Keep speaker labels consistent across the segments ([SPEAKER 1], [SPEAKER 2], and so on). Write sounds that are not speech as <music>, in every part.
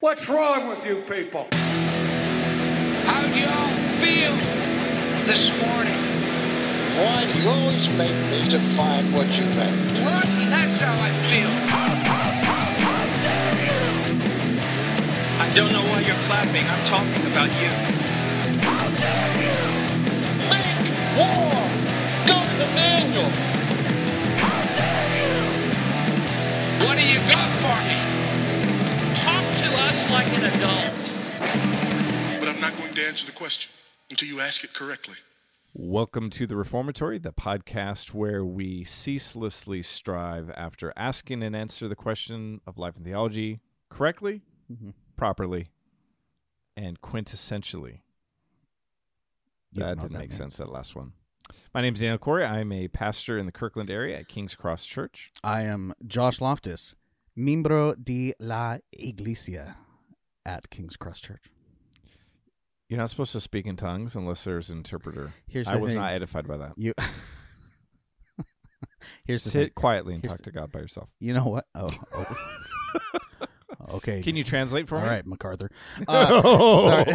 [SPEAKER 1] What's wrong with you people?
[SPEAKER 2] How do y'all feel this morning?
[SPEAKER 3] Why do you always make me define what you meant?
[SPEAKER 2] What? That's how I feel.
[SPEAKER 4] I don't know why you're clapping. I'm talking about you.
[SPEAKER 5] Make war! Go to the manual!
[SPEAKER 2] What do you got for me?
[SPEAKER 5] Talk to us like an adult!
[SPEAKER 6] but I'm not going to answer the question until you ask it correctly.
[SPEAKER 7] Welcome to the Reformatory, the podcast where we ceaselessly strive after asking and answer the question of life and theology correctly,
[SPEAKER 8] Mm-hmm.
[SPEAKER 7] properly, and quintessentially. that didn't make sense, that last one. My name is Daniel Corey. I'm a pastor in the Kirkland area at King's Cross Church.
[SPEAKER 8] I am Josh Loftus, miembro de la Iglesia at King's Cross Church.
[SPEAKER 7] You're not supposed to speak in tongues unless there's an interpreter.
[SPEAKER 8] Here's
[SPEAKER 7] I
[SPEAKER 8] the
[SPEAKER 7] was
[SPEAKER 8] thing.
[SPEAKER 7] not edified by that.
[SPEAKER 8] You <laughs> Here's the thing.
[SPEAKER 7] Sit quietly and
[SPEAKER 8] Here's
[SPEAKER 7] talk to God by yourself.
[SPEAKER 8] You know what? Oh. oh. <laughs> okay.
[SPEAKER 7] Can you translate for
[SPEAKER 8] All
[SPEAKER 7] me?
[SPEAKER 8] right, MacArthur. Uh, sorry.
[SPEAKER 7] <laughs>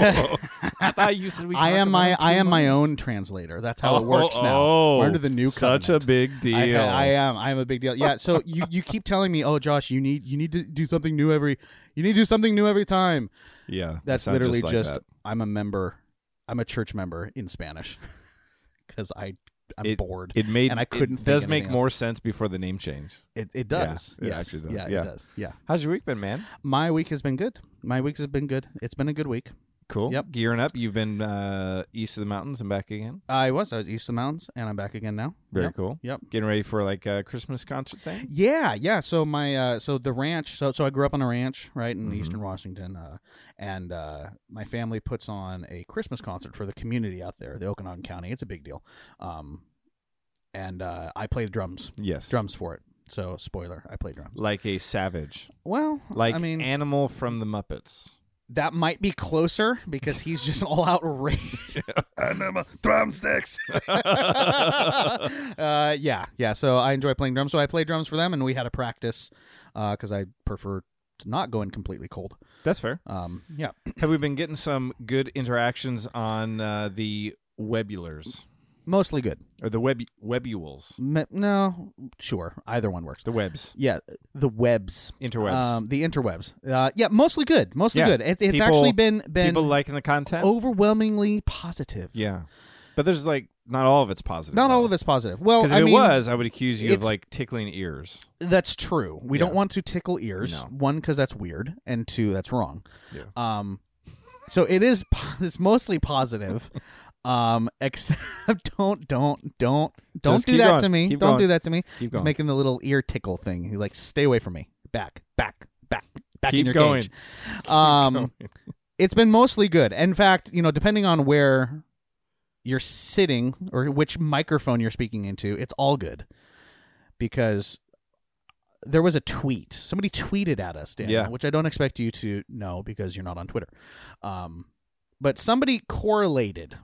[SPEAKER 7] I thought you said we.
[SPEAKER 8] <laughs> I
[SPEAKER 7] talked
[SPEAKER 8] am my
[SPEAKER 7] about it
[SPEAKER 8] I
[SPEAKER 7] too
[SPEAKER 8] am
[SPEAKER 7] much.
[SPEAKER 8] my own translator. That's how it works now.
[SPEAKER 7] Oh,
[SPEAKER 8] We're under the new
[SPEAKER 7] such
[SPEAKER 8] covenant.
[SPEAKER 7] a big deal.
[SPEAKER 8] I, I am. I am a big deal. Yeah. So you, you keep telling me, oh Josh, you need you need to do something new every you need to do something new every time.
[SPEAKER 7] Yeah, they
[SPEAKER 8] That's
[SPEAKER 7] sound
[SPEAKER 8] literally just,
[SPEAKER 7] like that.
[SPEAKER 8] I'm a member. I'm a church member in Spanish <laughs> because I I'm
[SPEAKER 7] it,
[SPEAKER 8] bored.
[SPEAKER 7] It made
[SPEAKER 8] and I
[SPEAKER 7] it
[SPEAKER 8] couldn't. think
[SPEAKER 7] does
[SPEAKER 8] of
[SPEAKER 7] make
[SPEAKER 8] anything
[SPEAKER 7] more
[SPEAKER 8] else.
[SPEAKER 7] sense before the name change.
[SPEAKER 8] It, it does.
[SPEAKER 7] Yeah, it
[SPEAKER 8] yes.
[SPEAKER 7] actually does.
[SPEAKER 8] Yeah,
[SPEAKER 7] Yeah.
[SPEAKER 8] it does. Yeah.
[SPEAKER 7] How's your week been, man?
[SPEAKER 8] My week has been good. My week has been good. It's been a good week.
[SPEAKER 7] Cool.
[SPEAKER 8] Yep.
[SPEAKER 7] Gearing up. You've been uh, east of the mountains and back again.
[SPEAKER 8] I was I was east of the mountains and I'm back again now.
[SPEAKER 7] Very
[SPEAKER 8] Yep.
[SPEAKER 7] cool.
[SPEAKER 8] Yep.
[SPEAKER 7] Getting ready for like a Christmas concert thing.
[SPEAKER 8] Yeah, yeah. So my uh so the ranch so so I grew up on a ranch, right, in
[SPEAKER 7] Mm-hmm.
[SPEAKER 8] eastern Washington. Uh and uh my family puts on a Christmas concert for the community out there, the Okanagan County. It's a big deal. Um and uh I play the drums.
[SPEAKER 7] Yes.
[SPEAKER 8] Drums for it. So spoiler, I play drums.
[SPEAKER 7] Like a savage.
[SPEAKER 8] Well,
[SPEAKER 7] Like
[SPEAKER 8] I mean
[SPEAKER 7] animal from the Muppets.
[SPEAKER 8] that might be closer because he's just all out
[SPEAKER 7] <laughs>
[SPEAKER 8] rage.
[SPEAKER 7] Drumsticks.
[SPEAKER 8] <laughs> uh, yeah, yeah. So I enjoy playing drums. So I play drums for them, and we had a practice because I prefer to not go in completely cold.
[SPEAKER 7] That's fair.
[SPEAKER 8] Um, yeah,
[SPEAKER 7] Have we been getting some good interactions on uh, the webulars
[SPEAKER 8] mostly good.
[SPEAKER 7] or the web webules,
[SPEAKER 8] Me- no, sure, either one works.
[SPEAKER 7] the webs,
[SPEAKER 8] yeah, the webs,
[SPEAKER 7] interwebs?
[SPEAKER 8] um, the interwebs. Uh, yeah, mostly good, mostly
[SPEAKER 7] Yeah.
[SPEAKER 8] good. It, it's
[SPEAKER 7] People-
[SPEAKER 8] actually been been
[SPEAKER 7] People liking the content.
[SPEAKER 8] overwhelmingly positive.
[SPEAKER 7] yeah, but there's like not all of it's positive.
[SPEAKER 8] Not all
[SPEAKER 7] though.
[SPEAKER 8] of it's positive. Well,
[SPEAKER 7] Because if
[SPEAKER 8] I
[SPEAKER 7] it
[SPEAKER 8] mean,
[SPEAKER 7] was, I would accuse you of
[SPEAKER 8] it's-
[SPEAKER 7] like tickling ears.
[SPEAKER 8] That's true. We
[SPEAKER 7] Yeah.
[SPEAKER 8] don't want to tickle ears.
[SPEAKER 7] No.
[SPEAKER 8] One, because that's weird, and two, that's wrong.
[SPEAKER 7] Yeah.
[SPEAKER 8] Um, so it is. po- It's mostly positive. um, except <laughs> don't, don't, don't, don't
[SPEAKER 7] Just
[SPEAKER 8] do
[SPEAKER 7] keep
[SPEAKER 8] that
[SPEAKER 7] going.
[SPEAKER 8] to me.
[SPEAKER 7] Keep
[SPEAKER 8] don't
[SPEAKER 7] going.
[SPEAKER 8] do that to me.
[SPEAKER 7] Keep
[SPEAKER 8] He's
[SPEAKER 7] going.
[SPEAKER 8] making the little ear tickle thing. He's like, stay away from me. Back, back, back, back
[SPEAKER 7] Keep
[SPEAKER 8] in your
[SPEAKER 7] going. <laughs>
[SPEAKER 8] cage. Um, it's been mostly good. In fact, you know, depending on where you're sitting or which microphone you're speaking into, it's all good. Because there was a tweet. Somebody tweeted at us, Dan,
[SPEAKER 7] Yeah.
[SPEAKER 8] which I don't expect you to know because you're not on Twitter. Um, but somebody correlated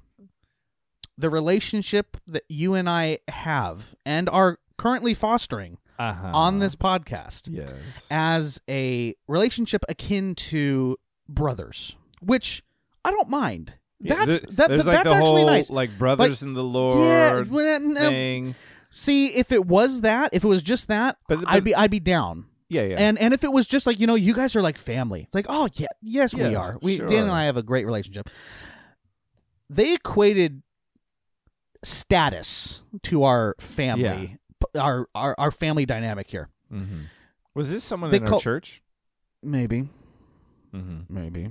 [SPEAKER 8] the relationship that you and I have and are currently fostering
[SPEAKER 7] Uh-huh.
[SPEAKER 8] on this podcast
[SPEAKER 7] yes.
[SPEAKER 8] as a relationship akin to brothers, which I don't mind.
[SPEAKER 7] Yeah,
[SPEAKER 8] That,
[SPEAKER 7] th-
[SPEAKER 8] that,
[SPEAKER 7] there's
[SPEAKER 8] that-
[SPEAKER 7] like
[SPEAKER 8] that's
[SPEAKER 7] the
[SPEAKER 8] actually
[SPEAKER 7] whole,
[SPEAKER 8] nice.
[SPEAKER 7] Like brothers in the Lord
[SPEAKER 8] well, that- no.
[SPEAKER 7] thing.
[SPEAKER 8] um, See, if it was that, if it was just that,
[SPEAKER 7] But- but-
[SPEAKER 8] I'd be I'd be down.
[SPEAKER 7] Yeah, yeah.
[SPEAKER 8] And and if it was just like you know, you guys are like family. It's like oh yeah, yes we
[SPEAKER 7] Yeah,
[SPEAKER 8] are. We
[SPEAKER 7] sure.
[SPEAKER 8] Dan and I have a great relationship. They equated status to our family, p- our, our our family dynamic here.
[SPEAKER 7] hmm Was this someone
[SPEAKER 8] They
[SPEAKER 7] in
[SPEAKER 8] call-
[SPEAKER 7] our church?
[SPEAKER 8] Maybe,
[SPEAKER 7] Mm-hmm.
[SPEAKER 8] maybe.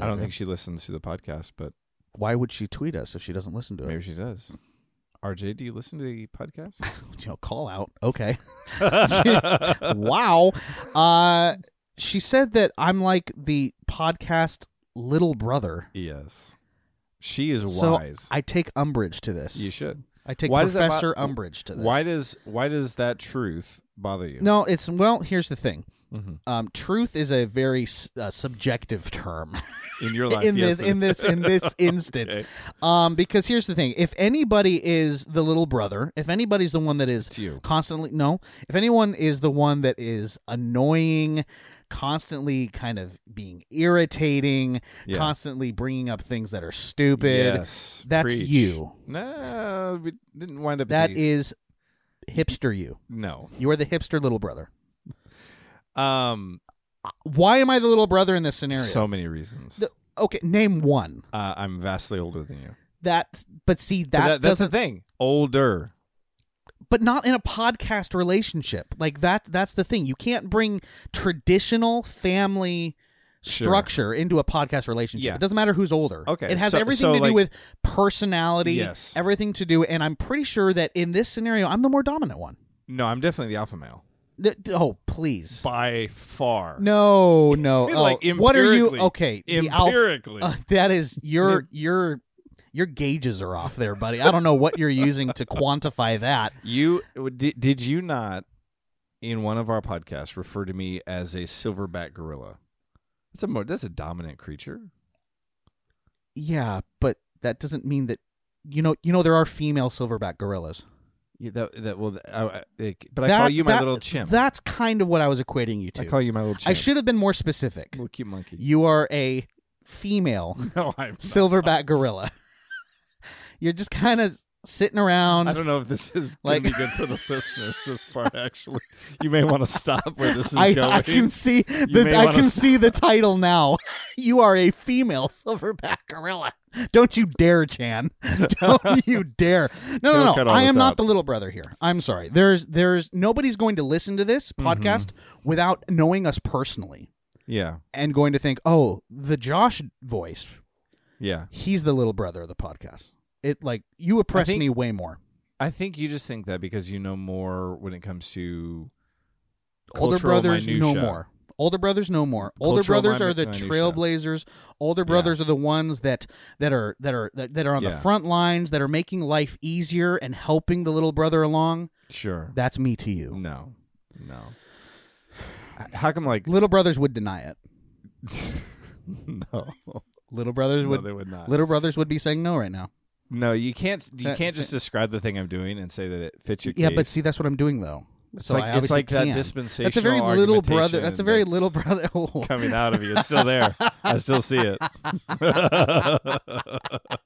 [SPEAKER 7] I don't think she listens to the podcast, but
[SPEAKER 8] Why would she tweet us if she doesn't listen to it?
[SPEAKER 7] maybe she does. RJ, do you listen to the
[SPEAKER 8] <laughs>
[SPEAKER 7] podcast?
[SPEAKER 8] you know, call out. Okay. <laughs> wow. Uh, she said that I'm like the podcast little brother.
[SPEAKER 7] yes. She is
[SPEAKER 8] So
[SPEAKER 7] wise.
[SPEAKER 8] I take umbrage to this.
[SPEAKER 7] you should.
[SPEAKER 8] I take
[SPEAKER 7] Why does that bo-
[SPEAKER 8] professor umbrage to this.
[SPEAKER 7] Why does why does that truth bother you?
[SPEAKER 8] no, it's well. Here's the thing.
[SPEAKER 7] Mhm.
[SPEAKER 8] Um, truth is a very s- uh, subjective term.
[SPEAKER 7] In your life,
[SPEAKER 8] in
[SPEAKER 7] yes,
[SPEAKER 8] this
[SPEAKER 7] <laughs>
[SPEAKER 8] in this in this instance
[SPEAKER 7] Okay.
[SPEAKER 8] um because here's the thing if anybody is the little brother if anybody's the one that is
[SPEAKER 7] you.
[SPEAKER 8] constantly no if anyone is the one that is annoying constantly kind of being irritating,
[SPEAKER 7] Yeah.
[SPEAKER 8] constantly bringing up things that are stupid.
[SPEAKER 7] Yes,
[SPEAKER 8] That's
[SPEAKER 7] preach.
[SPEAKER 8] you.
[SPEAKER 7] No, we didn't wind up.
[SPEAKER 8] That
[SPEAKER 7] the-
[SPEAKER 8] is hipster you.
[SPEAKER 7] no.
[SPEAKER 8] You are the hipster little brother.
[SPEAKER 7] Um,
[SPEAKER 8] Why am I the little brother in this scenario?
[SPEAKER 7] so many reasons.
[SPEAKER 8] The- okay, name one.
[SPEAKER 7] uh, I'm vastly older than you.
[SPEAKER 8] That but see that,
[SPEAKER 7] But that- that's the
[SPEAKER 8] doesn't
[SPEAKER 7] thing. Older.
[SPEAKER 8] but not in a podcast relationship. Like that that's the thing. You can't bring traditional family
[SPEAKER 7] Sure.
[SPEAKER 8] structure into a podcast relationship.
[SPEAKER 7] Yeah.
[SPEAKER 8] It doesn't matter who's older.
[SPEAKER 7] Okay,
[SPEAKER 8] It has
[SPEAKER 7] so-
[SPEAKER 8] everything
[SPEAKER 7] so,
[SPEAKER 8] to do
[SPEAKER 7] like-
[SPEAKER 8] with personality,
[SPEAKER 7] Yes.
[SPEAKER 8] everything to do and I'm pretty sure that in this scenario I'm the more dominant one.
[SPEAKER 7] No, I'm definitely the alpha male
[SPEAKER 8] N- d- Oh, please.
[SPEAKER 7] by far.
[SPEAKER 8] No, no.
[SPEAKER 7] <laughs>
[SPEAKER 8] Oh,
[SPEAKER 7] Like,
[SPEAKER 8] what are you
[SPEAKER 7] empirically.
[SPEAKER 8] okay? the alpha- <laughs>
[SPEAKER 7] Empirically.
[SPEAKER 8] Uh, that is your your your gauges are off there, buddy. I don't know what you're using to quantify that.
[SPEAKER 7] You did, did you not in one of our podcasts refer to me as a silverback gorilla? That's a more that's a dominant creature.
[SPEAKER 8] Yeah, but that doesn't mean that you know you know there are female silverback gorillas.
[SPEAKER 7] Yeah, that that well, I, I, it- but I
[SPEAKER 8] That-
[SPEAKER 7] call you my
[SPEAKER 8] that-
[SPEAKER 7] little chimp.
[SPEAKER 8] That's kind of what I was equating you to.
[SPEAKER 7] I call you my little chimp.
[SPEAKER 8] I should have been more specific.
[SPEAKER 7] little cute monkey.
[SPEAKER 8] You are a female
[SPEAKER 7] <laughs> no, I'm.
[SPEAKER 8] silverback gorilla. <laughs> you're just kind of sitting around.
[SPEAKER 7] I don't know if this is
[SPEAKER 8] Like-
[SPEAKER 7] gonna be good for the listeners. This part actually, you may want to stop where this is
[SPEAKER 8] I,
[SPEAKER 7] going.
[SPEAKER 8] I can see the
[SPEAKER 7] may
[SPEAKER 8] I
[SPEAKER 7] wanna
[SPEAKER 8] can
[SPEAKER 7] s-
[SPEAKER 8] see the title now. <laughs> you are a female silverback gorilla. Don't you dare, Chan. <laughs>
[SPEAKER 7] <laughs>
[SPEAKER 8] Don't you dare. No,
[SPEAKER 7] He'll
[SPEAKER 8] no,
[SPEAKER 7] cut
[SPEAKER 8] no.
[SPEAKER 7] all
[SPEAKER 8] I am
[SPEAKER 7] this
[SPEAKER 8] not
[SPEAKER 7] out.
[SPEAKER 8] the little brother here. I'm sorry. There's there's nobody's going to listen to this
[SPEAKER 7] Mm-hmm.
[SPEAKER 8] podcast without knowing us personally
[SPEAKER 7] yeah,
[SPEAKER 8] and going to think, "Oh, the Josh voice,
[SPEAKER 7] yeah.
[SPEAKER 8] he's the little brother of the podcast." It like you oppress
[SPEAKER 7] think-
[SPEAKER 8] me way more.
[SPEAKER 7] I think you just think that because you know more when it comes to
[SPEAKER 8] Older
[SPEAKER 7] cultural
[SPEAKER 8] brothers no
[SPEAKER 7] minutia.
[SPEAKER 8] more. Older brothers no more. Older
[SPEAKER 7] Cultural
[SPEAKER 8] brothers are
[SPEAKER 7] min-
[SPEAKER 8] the
[SPEAKER 7] minutia.
[SPEAKER 8] trailblazers. Older brothers are the ones that that are that are that, that are on the
[SPEAKER 7] Yeah.
[SPEAKER 8] front lines that are making life easier and helping the little brother along.
[SPEAKER 7] Sure.
[SPEAKER 8] That's me to you.
[SPEAKER 7] No, no. How come like
[SPEAKER 8] Little brothers would deny it.
[SPEAKER 7] <laughs> no?
[SPEAKER 8] Little brothers
[SPEAKER 7] No,
[SPEAKER 8] would,
[SPEAKER 7] they would not.
[SPEAKER 8] little brothers would be saying no right now.
[SPEAKER 7] No, you can't. You
[SPEAKER 8] Sa-
[SPEAKER 7] can't
[SPEAKER 8] sa-
[SPEAKER 7] just describe the thing I'm doing and say that it fits your.
[SPEAKER 8] Yeah, but
[SPEAKER 7] case.
[SPEAKER 8] see that's what I'm doing though.
[SPEAKER 7] It's
[SPEAKER 8] so
[SPEAKER 7] like-
[SPEAKER 8] I
[SPEAKER 7] it's
[SPEAKER 8] obviously
[SPEAKER 7] like that
[SPEAKER 8] can. That's a
[SPEAKER 7] dispensational
[SPEAKER 8] very little
[SPEAKER 7] argumentation
[SPEAKER 8] brother. That's a very
[SPEAKER 7] that's-
[SPEAKER 8] little brother. <laughs> Oh.
[SPEAKER 7] coming out of you. It's still
[SPEAKER 8] <laughs>
[SPEAKER 7] there. I still see it.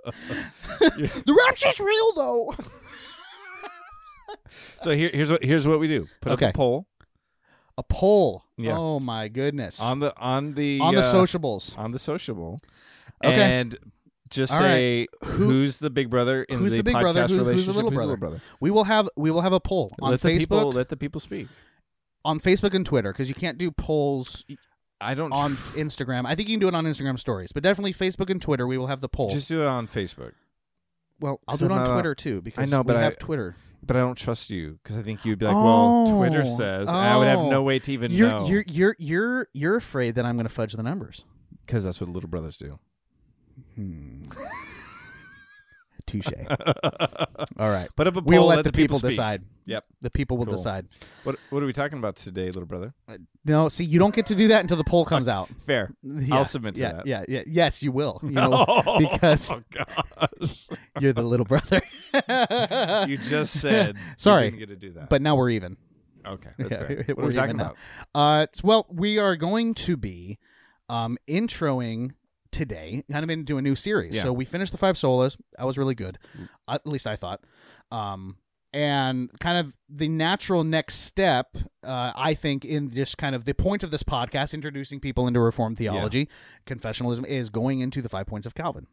[SPEAKER 8] The rapture's real though.
[SPEAKER 7] So here, here's what here's what we do. Put
[SPEAKER 8] Okay.
[SPEAKER 7] up a poll
[SPEAKER 8] A poll.
[SPEAKER 7] Yeah.
[SPEAKER 8] Oh my goodness.
[SPEAKER 7] on the on the
[SPEAKER 8] on the
[SPEAKER 7] uh,
[SPEAKER 8] sociables.
[SPEAKER 7] on the sociable,
[SPEAKER 8] Okay.
[SPEAKER 7] and just
[SPEAKER 8] All
[SPEAKER 7] say
[SPEAKER 8] Who-
[SPEAKER 7] who's the big brother in
[SPEAKER 8] who's the big
[SPEAKER 7] podcast
[SPEAKER 8] brother? Who- who's the
[SPEAKER 7] relationship?
[SPEAKER 8] little brother? We will have we will have a poll on
[SPEAKER 7] let
[SPEAKER 8] Facebook,
[SPEAKER 7] the people let the people speak.
[SPEAKER 8] on Facebook and Twitter because you can't do polls
[SPEAKER 7] I don't
[SPEAKER 8] on Instagram. I think you can do it on Instagram Stories, but definitely Facebook and Twitter. We will have the poll.
[SPEAKER 7] just do it on Facebook,
[SPEAKER 8] well, I'll do
[SPEAKER 7] so
[SPEAKER 8] it on
[SPEAKER 7] not-
[SPEAKER 8] Twitter too because
[SPEAKER 7] I know,
[SPEAKER 8] we
[SPEAKER 7] but I-
[SPEAKER 8] have Twitter.
[SPEAKER 7] but I don't trust you because I think you'd be like, well, Twitter
[SPEAKER 8] Oh.
[SPEAKER 7] says, and I would have no
[SPEAKER 8] Oh.
[SPEAKER 7] way to even
[SPEAKER 8] you're,
[SPEAKER 7] know
[SPEAKER 8] you're you're you're you're afraid that I'm going to fudge the numbers.
[SPEAKER 7] because that's what little brothers do. <laughs>
[SPEAKER 8] Touche. All right,
[SPEAKER 7] Put up a poll.
[SPEAKER 8] we will let,
[SPEAKER 7] let
[SPEAKER 8] the, people,
[SPEAKER 7] speak.
[SPEAKER 8] decide.
[SPEAKER 7] Yep.
[SPEAKER 8] The people will
[SPEAKER 7] Cool.
[SPEAKER 8] decide.
[SPEAKER 7] What What are we talking about today, little brother?
[SPEAKER 8] No, see, you don't get to do that until the poll comes out.
[SPEAKER 7] Fair.
[SPEAKER 8] Yeah,
[SPEAKER 7] I'll submit to
[SPEAKER 8] yeah,
[SPEAKER 7] <laughs> that.
[SPEAKER 8] Yeah, yeah, yes, you will. You know, because
[SPEAKER 7] <laughs> Oh gosh.
[SPEAKER 8] you're the little brother. <laughs>
[SPEAKER 7] You just said
[SPEAKER 8] Sorry.
[SPEAKER 7] You didn't get to do that.
[SPEAKER 8] but now we're even.
[SPEAKER 7] okay,
[SPEAKER 8] <laughs>
[SPEAKER 7] that's
[SPEAKER 8] Yeah,
[SPEAKER 7] fair.
[SPEAKER 8] it- it-
[SPEAKER 7] what are
[SPEAKER 8] we're
[SPEAKER 7] we talking
[SPEAKER 8] even now.
[SPEAKER 7] about?
[SPEAKER 8] <laughs> Uh, it's- well, we are going to be um, introing today, kind of into a new series.
[SPEAKER 7] Yeah. Mm.
[SPEAKER 8] So we finished the five solas. That was really good, at least I thought. Um, and kind of the natural next step, uh, I think, in just kind of the point of this podcast, introducing people into Reformed theology, confessionalism, is going into the five points of Calvin.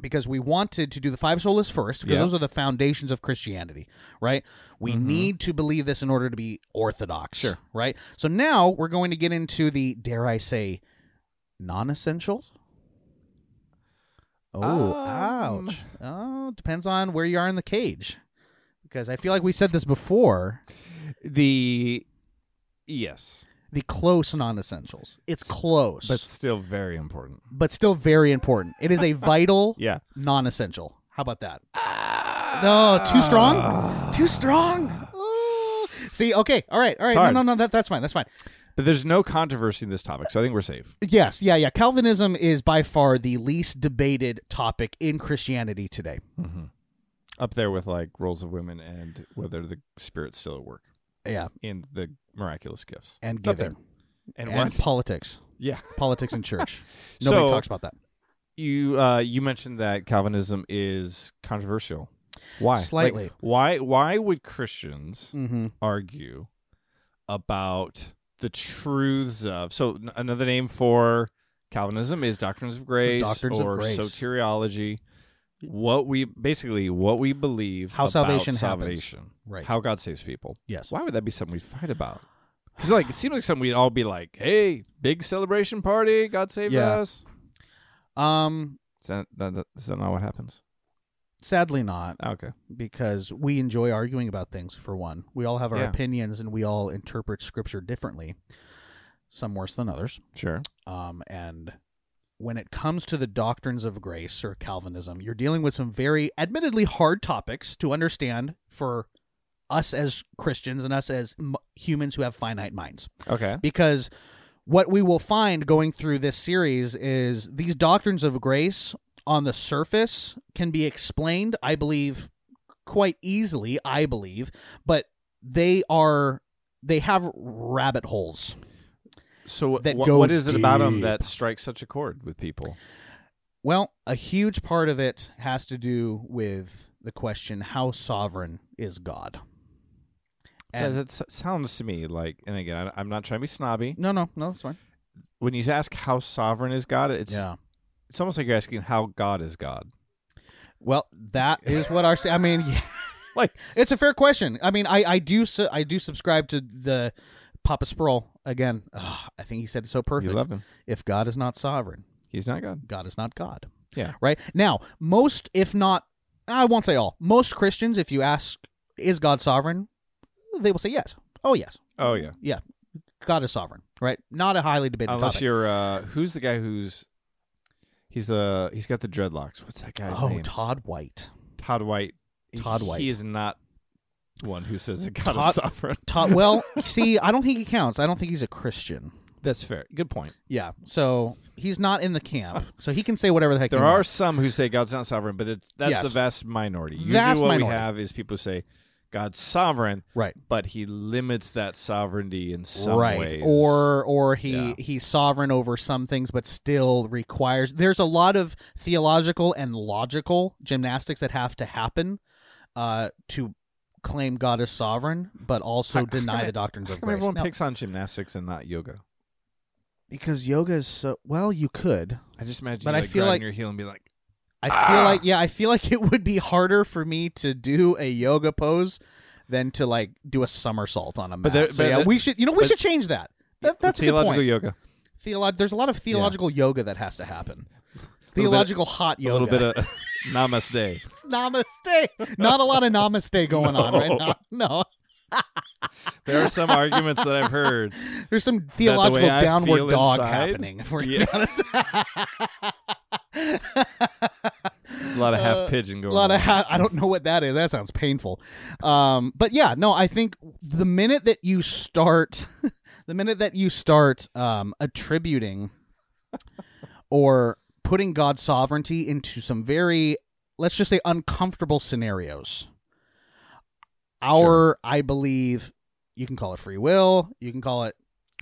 [SPEAKER 8] Because we wanted to do the five solas first, because
[SPEAKER 7] Yeah. Mm-hmm.
[SPEAKER 8] those are the foundations of Christianity, right? We need to believe this in order to be orthodox.
[SPEAKER 7] Sure.
[SPEAKER 8] Right? So now we're going to get into the, dare I say, non essentials? Oh,
[SPEAKER 7] Um.
[SPEAKER 8] ouch. Oh, depends on where you are in the cage. Because I feel like we said this before
[SPEAKER 7] The yes,
[SPEAKER 8] the close non essentials. It's close,
[SPEAKER 7] but
[SPEAKER 8] but,
[SPEAKER 7] still very important.
[SPEAKER 8] but still very important.
[SPEAKER 7] <laughs>
[SPEAKER 8] It is a vital
[SPEAKER 7] Yeah.
[SPEAKER 8] non essential. How about that? No, Uh, too
[SPEAKER 7] Uh.
[SPEAKER 8] strong? Too strong? Ooh. See, okay, all right, all right. No,
[SPEAKER 7] hard.
[SPEAKER 8] no, no, that, that's fine, that's fine.
[SPEAKER 7] But there's no controversy in this topic, so I think we're safe.
[SPEAKER 8] Yes, yeah, yeah. Calvinism is by far the least debated topic in Christianity today.
[SPEAKER 7] Up there with like roles of women and whether the spirit's still at work
[SPEAKER 8] Yeah,
[SPEAKER 7] in the miraculous gifts
[SPEAKER 8] and
[SPEAKER 7] It's up
[SPEAKER 8] giving.
[SPEAKER 7] And,
[SPEAKER 8] and
[SPEAKER 7] what?
[SPEAKER 8] politics,
[SPEAKER 7] yeah.
[SPEAKER 8] politics and
[SPEAKER 7] <laughs>
[SPEAKER 8] church. Nobody
[SPEAKER 7] So-
[SPEAKER 8] talks about that.
[SPEAKER 7] You uh, you mentioned that Calvinism is controversial. Why? Like,
[SPEAKER 8] Slightly.
[SPEAKER 7] why why would Christians
[SPEAKER 8] Mm-hmm.
[SPEAKER 7] argue about the truths of so n- another name for calvinism is doctrines of grace
[SPEAKER 8] doctrines of
[SPEAKER 7] or
[SPEAKER 8] grace.
[SPEAKER 7] soteriology what we basically what we believe
[SPEAKER 8] How
[SPEAKER 7] about
[SPEAKER 8] salvation happens.
[SPEAKER 7] salvation
[SPEAKER 8] Right.
[SPEAKER 7] how god saves people
[SPEAKER 8] Yes.
[SPEAKER 7] why would that be something we fight about because like it seems like something we'd all be like hey big celebration party god saved
[SPEAKER 8] Yeah.
[SPEAKER 7] us
[SPEAKER 8] Um.
[SPEAKER 7] is that, that, that- is that not what happens Ah,
[SPEAKER 8] Sadly, not
[SPEAKER 7] okay
[SPEAKER 8] because we enjoy arguing about things. For one, we all have our
[SPEAKER 7] Yeah.
[SPEAKER 8] opinions, and we all interpret Scripture differently. Some worse than others.
[SPEAKER 7] sure
[SPEAKER 8] Um, and when it comes to the doctrines of grace or Calvinism, you're dealing with some very admittedly hard topics to understand for us as Christians and us as m- humans who have finite minds.
[SPEAKER 7] okay
[SPEAKER 8] Because what we will find going through this series is these doctrines of grace on the surface can be explained, I believe, quite easily, I believe, but they are they have rabbit holes.
[SPEAKER 7] so what,
[SPEAKER 8] That
[SPEAKER 7] what-
[SPEAKER 8] go
[SPEAKER 7] what is it about them
[SPEAKER 8] deep.
[SPEAKER 7] that strikes such a chord with people
[SPEAKER 8] Well, a huge part of it has to do with the question how sovereign is God?
[SPEAKER 7] Yeah,
[SPEAKER 8] And
[SPEAKER 7] that s- sounds to me like, and again, I, I'm not trying to be snobby.
[SPEAKER 8] no, no, no, it's fine.
[SPEAKER 7] When you ask how sovereign is God, it's
[SPEAKER 8] Yeah.
[SPEAKER 7] it's almost like you're asking how God is God.
[SPEAKER 8] Well, that is what our. I mean, <laughs> yeah.
[SPEAKER 7] Like-
[SPEAKER 8] it's a fair question. I mean, I I do su- I do subscribe to the Papa Sproul again. ah, I think he said it so perfect.
[SPEAKER 7] You love him.
[SPEAKER 8] If God is not sovereign,
[SPEAKER 7] He's not God.
[SPEAKER 8] God is not God.
[SPEAKER 7] Yeah.
[SPEAKER 8] Right? Now, most, if not, I won't say all, most Christians, if you ask, is God sovereign? They will say yes. Oh, yes.
[SPEAKER 7] Oh yeah.
[SPEAKER 8] Yeah. God is sovereign, right? Not a highly debated
[SPEAKER 7] Unless
[SPEAKER 8] topic.
[SPEAKER 7] you're uh, who's the guy who's he's uh he's got the dreadlocks. What's that guy's
[SPEAKER 8] oh,
[SPEAKER 7] name?
[SPEAKER 8] Todd White.
[SPEAKER 7] Todd White.
[SPEAKER 8] Todd White.
[SPEAKER 7] He is not one who says that God
[SPEAKER 8] Todd-
[SPEAKER 7] is sovereign.
[SPEAKER 8] Todd, well, see, I don't think he counts. I don't think he's a Christian.
[SPEAKER 7] That's fair. Good point.
[SPEAKER 8] Yeah. So he's not in the camp. So he can say whatever the heck
[SPEAKER 7] There
[SPEAKER 8] he
[SPEAKER 7] are
[SPEAKER 8] wants.
[SPEAKER 7] some who say God's not sovereign, but it's, that's
[SPEAKER 8] Yes.
[SPEAKER 7] the vast minority. Usually,
[SPEAKER 8] Vast
[SPEAKER 7] what we
[SPEAKER 8] minority.
[SPEAKER 7] have is people say God's sovereign,
[SPEAKER 8] Right.
[SPEAKER 7] but he limits that sovereignty in some
[SPEAKER 8] right
[SPEAKER 7] ways.
[SPEAKER 8] or or he
[SPEAKER 7] Yeah.
[SPEAKER 8] he's sovereign over some things but still requires there's a lot of theological and logical gymnastics that have to happen uh to claim god is sovereign but also
[SPEAKER 7] How- how
[SPEAKER 8] deny
[SPEAKER 7] come
[SPEAKER 8] the
[SPEAKER 7] it-
[SPEAKER 8] doctrines
[SPEAKER 7] how
[SPEAKER 8] of
[SPEAKER 7] come
[SPEAKER 8] grace
[SPEAKER 7] everyone
[SPEAKER 8] Now,
[SPEAKER 7] picks on gymnastics and not yoga?
[SPEAKER 8] because yoga is so well you could
[SPEAKER 7] I just imagine,
[SPEAKER 8] But
[SPEAKER 7] you,
[SPEAKER 8] I
[SPEAKER 7] like,
[SPEAKER 8] feel
[SPEAKER 7] grabbing
[SPEAKER 8] like-
[SPEAKER 7] your heel and be like,
[SPEAKER 8] i
[SPEAKER 7] Ah.
[SPEAKER 8] feel like yeah i feel like it would be harder for me to do a yoga pose than to like do a somersault on a mat
[SPEAKER 7] But there-
[SPEAKER 8] so
[SPEAKER 7] but
[SPEAKER 8] yeah
[SPEAKER 7] there-
[SPEAKER 8] we should you know we
[SPEAKER 7] but-
[SPEAKER 8] should change that, that that's a good
[SPEAKER 7] theological
[SPEAKER 8] point.
[SPEAKER 7] yoga,
[SPEAKER 8] Theolo- there's a lot of theological yoga that has to
[SPEAKER 7] <laughs>
[SPEAKER 8] happen. Theological hot yoga.
[SPEAKER 7] a little bit of <laughs> namaste.
[SPEAKER 8] It's <laughs> namaste. Not a lot of namaste going on
[SPEAKER 7] <laughs>
[SPEAKER 8] right now. <laughs> No.
[SPEAKER 7] There are some arguments that I've heard.
[SPEAKER 8] There's some theological
[SPEAKER 7] way I
[SPEAKER 8] downward
[SPEAKER 7] feel
[SPEAKER 8] dog
[SPEAKER 7] inside?
[SPEAKER 8] happening, if we're gonna
[SPEAKER 7] Yeah.
[SPEAKER 8] be honest. <laughs>
[SPEAKER 7] There's a lot of half pigeon
[SPEAKER 8] Uh, a
[SPEAKER 7] going.
[SPEAKER 8] lot
[SPEAKER 7] on.
[SPEAKER 8] of ha- I don't know what that is. That sounds painful. Um, but yeah, no, I think the minute that you start, <laughs> the minute that you start um, attributing or putting God's sovereignty into some very, let's just say, uncomfortable scenarios, our, I believe, you can call it free will, you can call it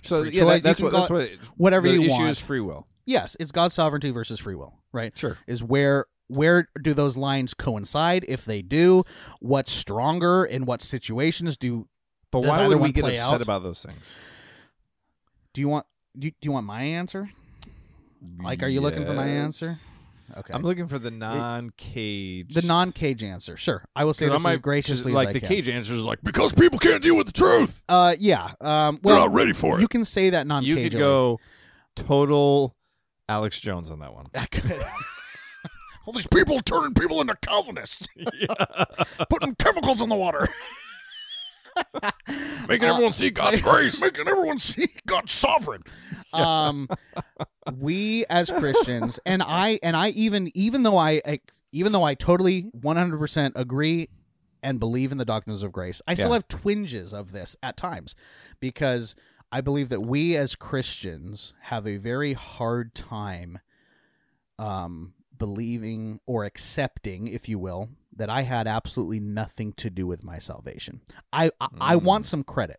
[SPEAKER 7] so
[SPEAKER 8] free
[SPEAKER 7] yeah, that-
[SPEAKER 8] choice. You
[SPEAKER 7] that's
[SPEAKER 8] can
[SPEAKER 7] what
[SPEAKER 8] call
[SPEAKER 7] that's
[SPEAKER 8] it
[SPEAKER 7] what it,
[SPEAKER 8] whatever
[SPEAKER 7] the
[SPEAKER 8] you
[SPEAKER 7] issue
[SPEAKER 8] want.
[SPEAKER 7] is free will.
[SPEAKER 8] yes, it's God's sovereignty versus free will, right?
[SPEAKER 7] Sure.
[SPEAKER 8] is where where do those lines coincide if they do what's stronger in what situations do
[SPEAKER 7] But
[SPEAKER 8] Does
[SPEAKER 7] why
[SPEAKER 8] either
[SPEAKER 7] would we
[SPEAKER 8] one
[SPEAKER 7] get
[SPEAKER 8] play
[SPEAKER 7] upset
[SPEAKER 8] out?
[SPEAKER 7] about those things?
[SPEAKER 8] do you want do you, do you want my answer like are you looking for my
[SPEAKER 7] Yes.
[SPEAKER 8] answer okay
[SPEAKER 7] I'm looking for the non-cage.
[SPEAKER 8] the non-cage answer sure i will say
[SPEAKER 7] Because I
[SPEAKER 8] this
[SPEAKER 7] might-
[SPEAKER 8] as graciously
[SPEAKER 7] like
[SPEAKER 8] as I
[SPEAKER 7] the
[SPEAKER 8] can.
[SPEAKER 7] cage answer is like because people can't deal with the truth.
[SPEAKER 8] uh yeah um well
[SPEAKER 7] They're not ready for it.
[SPEAKER 8] you can say that non-cage
[SPEAKER 7] you could go <laughs> total Alex Jones on that one.
[SPEAKER 8] all these people turning people into
[SPEAKER 7] <laughs>
[SPEAKER 8] calvinists putting chemicals in the water
[SPEAKER 9] Making everyone
[SPEAKER 7] Uh,
[SPEAKER 9] see
[SPEAKER 7] <laughs>
[SPEAKER 9] God's grace. Making everyone see God's sovereign.
[SPEAKER 8] um we as christians and i and i even even though i ex- even though i totally 100% agree and believe in the doctrines of grace i still
[SPEAKER 7] Yeah.
[SPEAKER 8] have twinges of this at times because i believe that we as christians have a very hard time um believing or accepting if you will that i had absolutely nothing to do with my salvation i i, I want some credit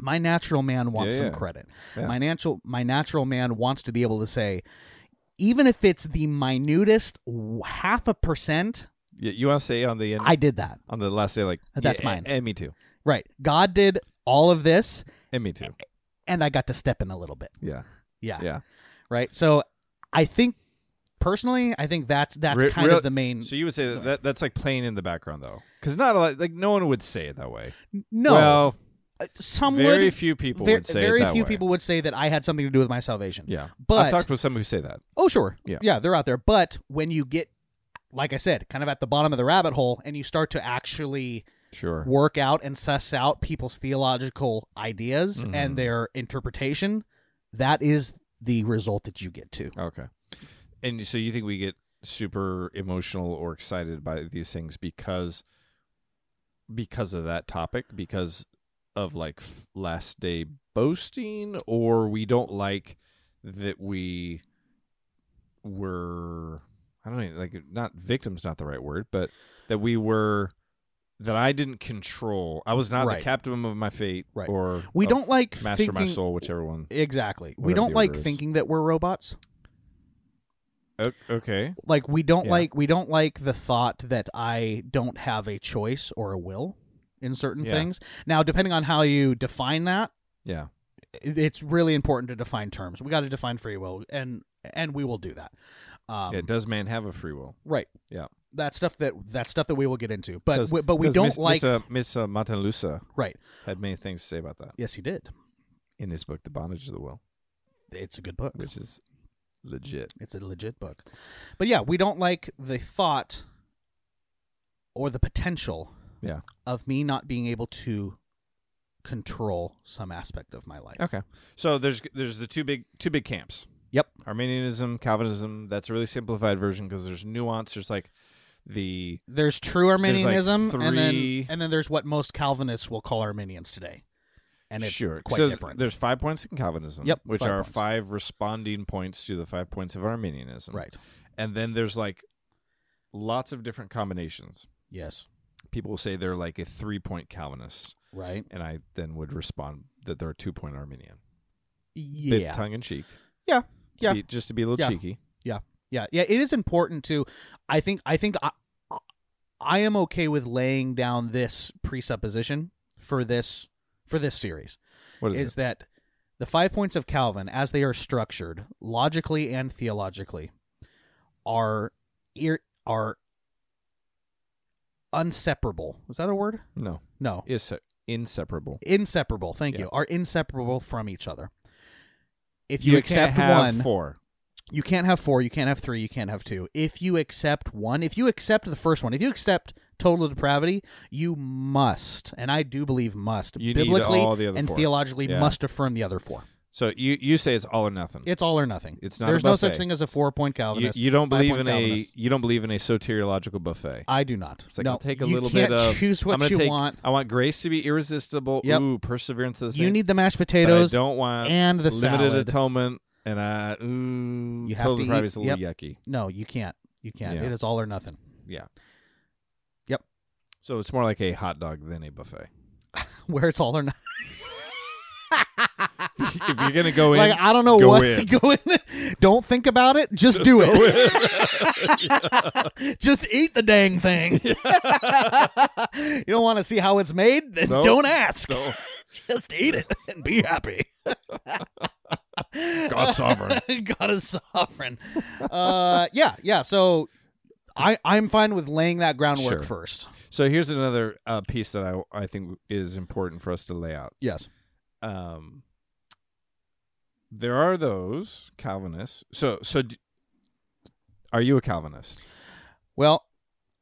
[SPEAKER 8] My natural man wants
[SPEAKER 7] Mm. Yeah,
[SPEAKER 8] some
[SPEAKER 7] yeah.
[SPEAKER 8] credit.
[SPEAKER 7] Yeah.
[SPEAKER 8] My natural my natural man wants to be able to say, even if it's the minutest w- half a percent,
[SPEAKER 7] You, you want to say on the end,
[SPEAKER 8] I did that.
[SPEAKER 7] on the last day, like
[SPEAKER 8] That's
[SPEAKER 7] yeah,
[SPEAKER 8] mine.
[SPEAKER 7] And, and me too.
[SPEAKER 8] Right. God did all of this,
[SPEAKER 7] And me too.
[SPEAKER 8] and I got to step in a little bit.
[SPEAKER 7] Yeah.
[SPEAKER 8] Yeah.
[SPEAKER 7] Yeah.
[SPEAKER 8] Right. So I think personally, I think that's that's
[SPEAKER 7] Re-
[SPEAKER 8] kind
[SPEAKER 7] real-
[SPEAKER 8] of the main.
[SPEAKER 7] So you would say that, that that's like playing in the background though, because not a lot, like no one would say it that way.
[SPEAKER 8] no,
[SPEAKER 7] Well,
[SPEAKER 8] some
[SPEAKER 7] very
[SPEAKER 8] would,
[SPEAKER 7] few people
[SPEAKER 8] ver-
[SPEAKER 7] would say it
[SPEAKER 8] very
[SPEAKER 7] that
[SPEAKER 8] few
[SPEAKER 7] way.
[SPEAKER 8] people would say that I had something to do with my salvation.
[SPEAKER 7] Yeah.
[SPEAKER 8] But-
[SPEAKER 7] I've talked with some who say that.
[SPEAKER 8] Oh, sure.
[SPEAKER 7] Yeah.
[SPEAKER 8] Yeah, they're out there. But when you get, like I said, kind of at the bottom of the rabbit hole and you start to actually
[SPEAKER 7] Sure.
[SPEAKER 8] work out and suss out people's theological ideas
[SPEAKER 7] Mm-hmm.
[SPEAKER 8] and their interpretation, that is the result that you get to.
[SPEAKER 7] Okay. And so you think we get super emotional or excited by these things because because of that topic because of like f- last day boasting or we don't like that we were I don't know like not victims not the right word but that we were that I didn't control I was not
[SPEAKER 8] Right.
[SPEAKER 7] the captain of my fate
[SPEAKER 8] Right.
[SPEAKER 7] or
[SPEAKER 8] We
[SPEAKER 7] of
[SPEAKER 8] don't like
[SPEAKER 7] master my
[SPEAKER 8] thinking-
[SPEAKER 7] soul whichever one
[SPEAKER 8] Exactly. we
[SPEAKER 7] Whatever
[SPEAKER 8] don't
[SPEAKER 7] the
[SPEAKER 8] like
[SPEAKER 7] order is.
[SPEAKER 8] thinking that we're robots.
[SPEAKER 7] O- okay
[SPEAKER 8] Like we don't
[SPEAKER 7] Yeah.
[SPEAKER 8] like we don't like the thought that I don't have a choice or a will in certain
[SPEAKER 7] Yeah.
[SPEAKER 8] things. Now, depending on how you define that,
[SPEAKER 7] yeah
[SPEAKER 8] it's really important to define terms. We got to define free will, and and we will do that. Um,
[SPEAKER 7] yeah does man have a free will
[SPEAKER 8] Right.
[SPEAKER 7] Yeah.
[SPEAKER 8] That stuff that that stuff that we will get into, but
[SPEAKER 7] 'Cause-
[SPEAKER 8] we, but we
[SPEAKER 7] 'cause
[SPEAKER 8] don't
[SPEAKER 7] Miss-
[SPEAKER 8] like.
[SPEAKER 7] Miss, uh, Miss uh, Matalusa
[SPEAKER 8] Right.
[SPEAKER 7] had many things to say about that
[SPEAKER 8] Yes, he did.
[SPEAKER 7] in his book, The Bondage of the Will,
[SPEAKER 8] It's a good book.
[SPEAKER 7] which is legit.
[SPEAKER 8] It's a legit book. But yeah, we don't like the thought or the potential
[SPEAKER 7] Yeah.
[SPEAKER 8] of me not being able to control some aspect of my life.
[SPEAKER 7] Okay. So there's there's the two big two big camps.
[SPEAKER 8] Yep.
[SPEAKER 7] Arminianism, Calvinism. That's a really simplified version because there's nuance. There's like the
[SPEAKER 8] There's true Arminianism, and then
[SPEAKER 7] three-
[SPEAKER 8] and then there's what most Calvinists will call Arminians today, and it's
[SPEAKER 7] sure.
[SPEAKER 8] quite
[SPEAKER 7] so
[SPEAKER 8] different.
[SPEAKER 7] There's five points in Calvinism.
[SPEAKER 8] Yep,
[SPEAKER 7] Which
[SPEAKER 8] five
[SPEAKER 7] are
[SPEAKER 8] points.
[SPEAKER 7] five responding points to the five points of Arminianism.
[SPEAKER 8] Right.
[SPEAKER 7] And then there's like lots of different combinations.
[SPEAKER 8] Yes.
[SPEAKER 7] People will say they're like a three point Calvinist.
[SPEAKER 8] Right.
[SPEAKER 7] and I then would respond that they're a two point Armenian. Bit
[SPEAKER 8] Yeah.
[SPEAKER 7] tongue in cheek.
[SPEAKER 8] Yeah, yeah.
[SPEAKER 7] Be- just to be a little
[SPEAKER 8] Yeah.
[SPEAKER 7] cheeky.
[SPEAKER 8] yeah yeah it is important to i think i think i i am okay with laying down this presupposition for this for this series
[SPEAKER 7] What is,
[SPEAKER 8] is that the five points of calvin as they are structured logically and theologically are ir- are unseparable is that a word
[SPEAKER 7] it? No.
[SPEAKER 8] no
[SPEAKER 7] Is inseparable.
[SPEAKER 8] inseparable thank
[SPEAKER 7] Yeah.
[SPEAKER 8] you are inseparable from each other if you,
[SPEAKER 7] You, can't
[SPEAKER 8] accept
[SPEAKER 7] have
[SPEAKER 8] one
[SPEAKER 7] four.
[SPEAKER 8] you can't have four, you can't have three, you can't have two. If you accept one, if you accept the first one, if you accept total depravity, you must, and I do believe must,
[SPEAKER 7] You need
[SPEAKER 8] biblically
[SPEAKER 7] all the other
[SPEAKER 8] and
[SPEAKER 7] four.
[SPEAKER 8] theologically
[SPEAKER 7] Yeah.
[SPEAKER 8] must affirm the other four.
[SPEAKER 7] So you you say it's all or nothing.
[SPEAKER 8] It's all or nothing.
[SPEAKER 7] It's not a
[SPEAKER 8] There's no
[SPEAKER 7] buffet.
[SPEAKER 8] such thing as a four point
[SPEAKER 7] you,
[SPEAKER 8] Calvinist.
[SPEAKER 7] you don't believe in
[SPEAKER 8] five-point Calvinist.
[SPEAKER 7] a you don't believe in a soteriological buffet.
[SPEAKER 8] I do not.
[SPEAKER 7] It's like
[SPEAKER 8] no,
[SPEAKER 7] I'll take a
[SPEAKER 8] you
[SPEAKER 7] little
[SPEAKER 8] can't
[SPEAKER 7] bit of
[SPEAKER 8] choose what
[SPEAKER 7] I'm gonna
[SPEAKER 8] you
[SPEAKER 7] take-
[SPEAKER 8] want.
[SPEAKER 7] I want grace to be irresistible.
[SPEAKER 8] Yep.
[SPEAKER 7] Ooh, perseverance of the
[SPEAKER 8] You
[SPEAKER 7] saints,
[SPEAKER 8] need the mashed
[SPEAKER 7] but
[SPEAKER 8] potatoes.
[SPEAKER 7] I don't want
[SPEAKER 8] and the
[SPEAKER 7] limited
[SPEAKER 8] salad.
[SPEAKER 7] atonement and I ooh
[SPEAKER 8] You have
[SPEAKER 7] total
[SPEAKER 8] to eat-
[SPEAKER 7] depravity is a little yucky.
[SPEAKER 8] No, you can't. You can't.
[SPEAKER 7] Yeah.
[SPEAKER 8] It is all or nothing. <laughs>
[SPEAKER 7] Yeah.
[SPEAKER 8] Yep.
[SPEAKER 7] So it's more like a hot dog than a
[SPEAKER 8] <laughs>
[SPEAKER 7] buffet.
[SPEAKER 8] Where it's all or nothing.
[SPEAKER 7] if you're gonna go in,
[SPEAKER 8] Like I don't know
[SPEAKER 7] go
[SPEAKER 8] what
[SPEAKER 7] in.
[SPEAKER 8] to <laughs> go in. Don't think about it. Just, do it. <laughs> just eat the dang
[SPEAKER 7] <laughs>
[SPEAKER 8] thing. <laughs> you don't want to see how it's made? Then
[SPEAKER 7] Nope.
[SPEAKER 8] don't ask.
[SPEAKER 7] So,
[SPEAKER 8] <laughs> Just eat it <laughs> and be happy.
[SPEAKER 7] <laughs>
[SPEAKER 9] God sovereign.
[SPEAKER 8] <laughs> God is sovereign. Uh, yeah, yeah. So I I'm fine with laying that groundwork
[SPEAKER 7] Sure.
[SPEAKER 8] first.
[SPEAKER 7] so here's another uh, piece that I I think is important for us to lay out.
[SPEAKER 8] Yes.
[SPEAKER 7] Um, there are those Calvinists. So so, d- are you a Calvinist?
[SPEAKER 8] Well,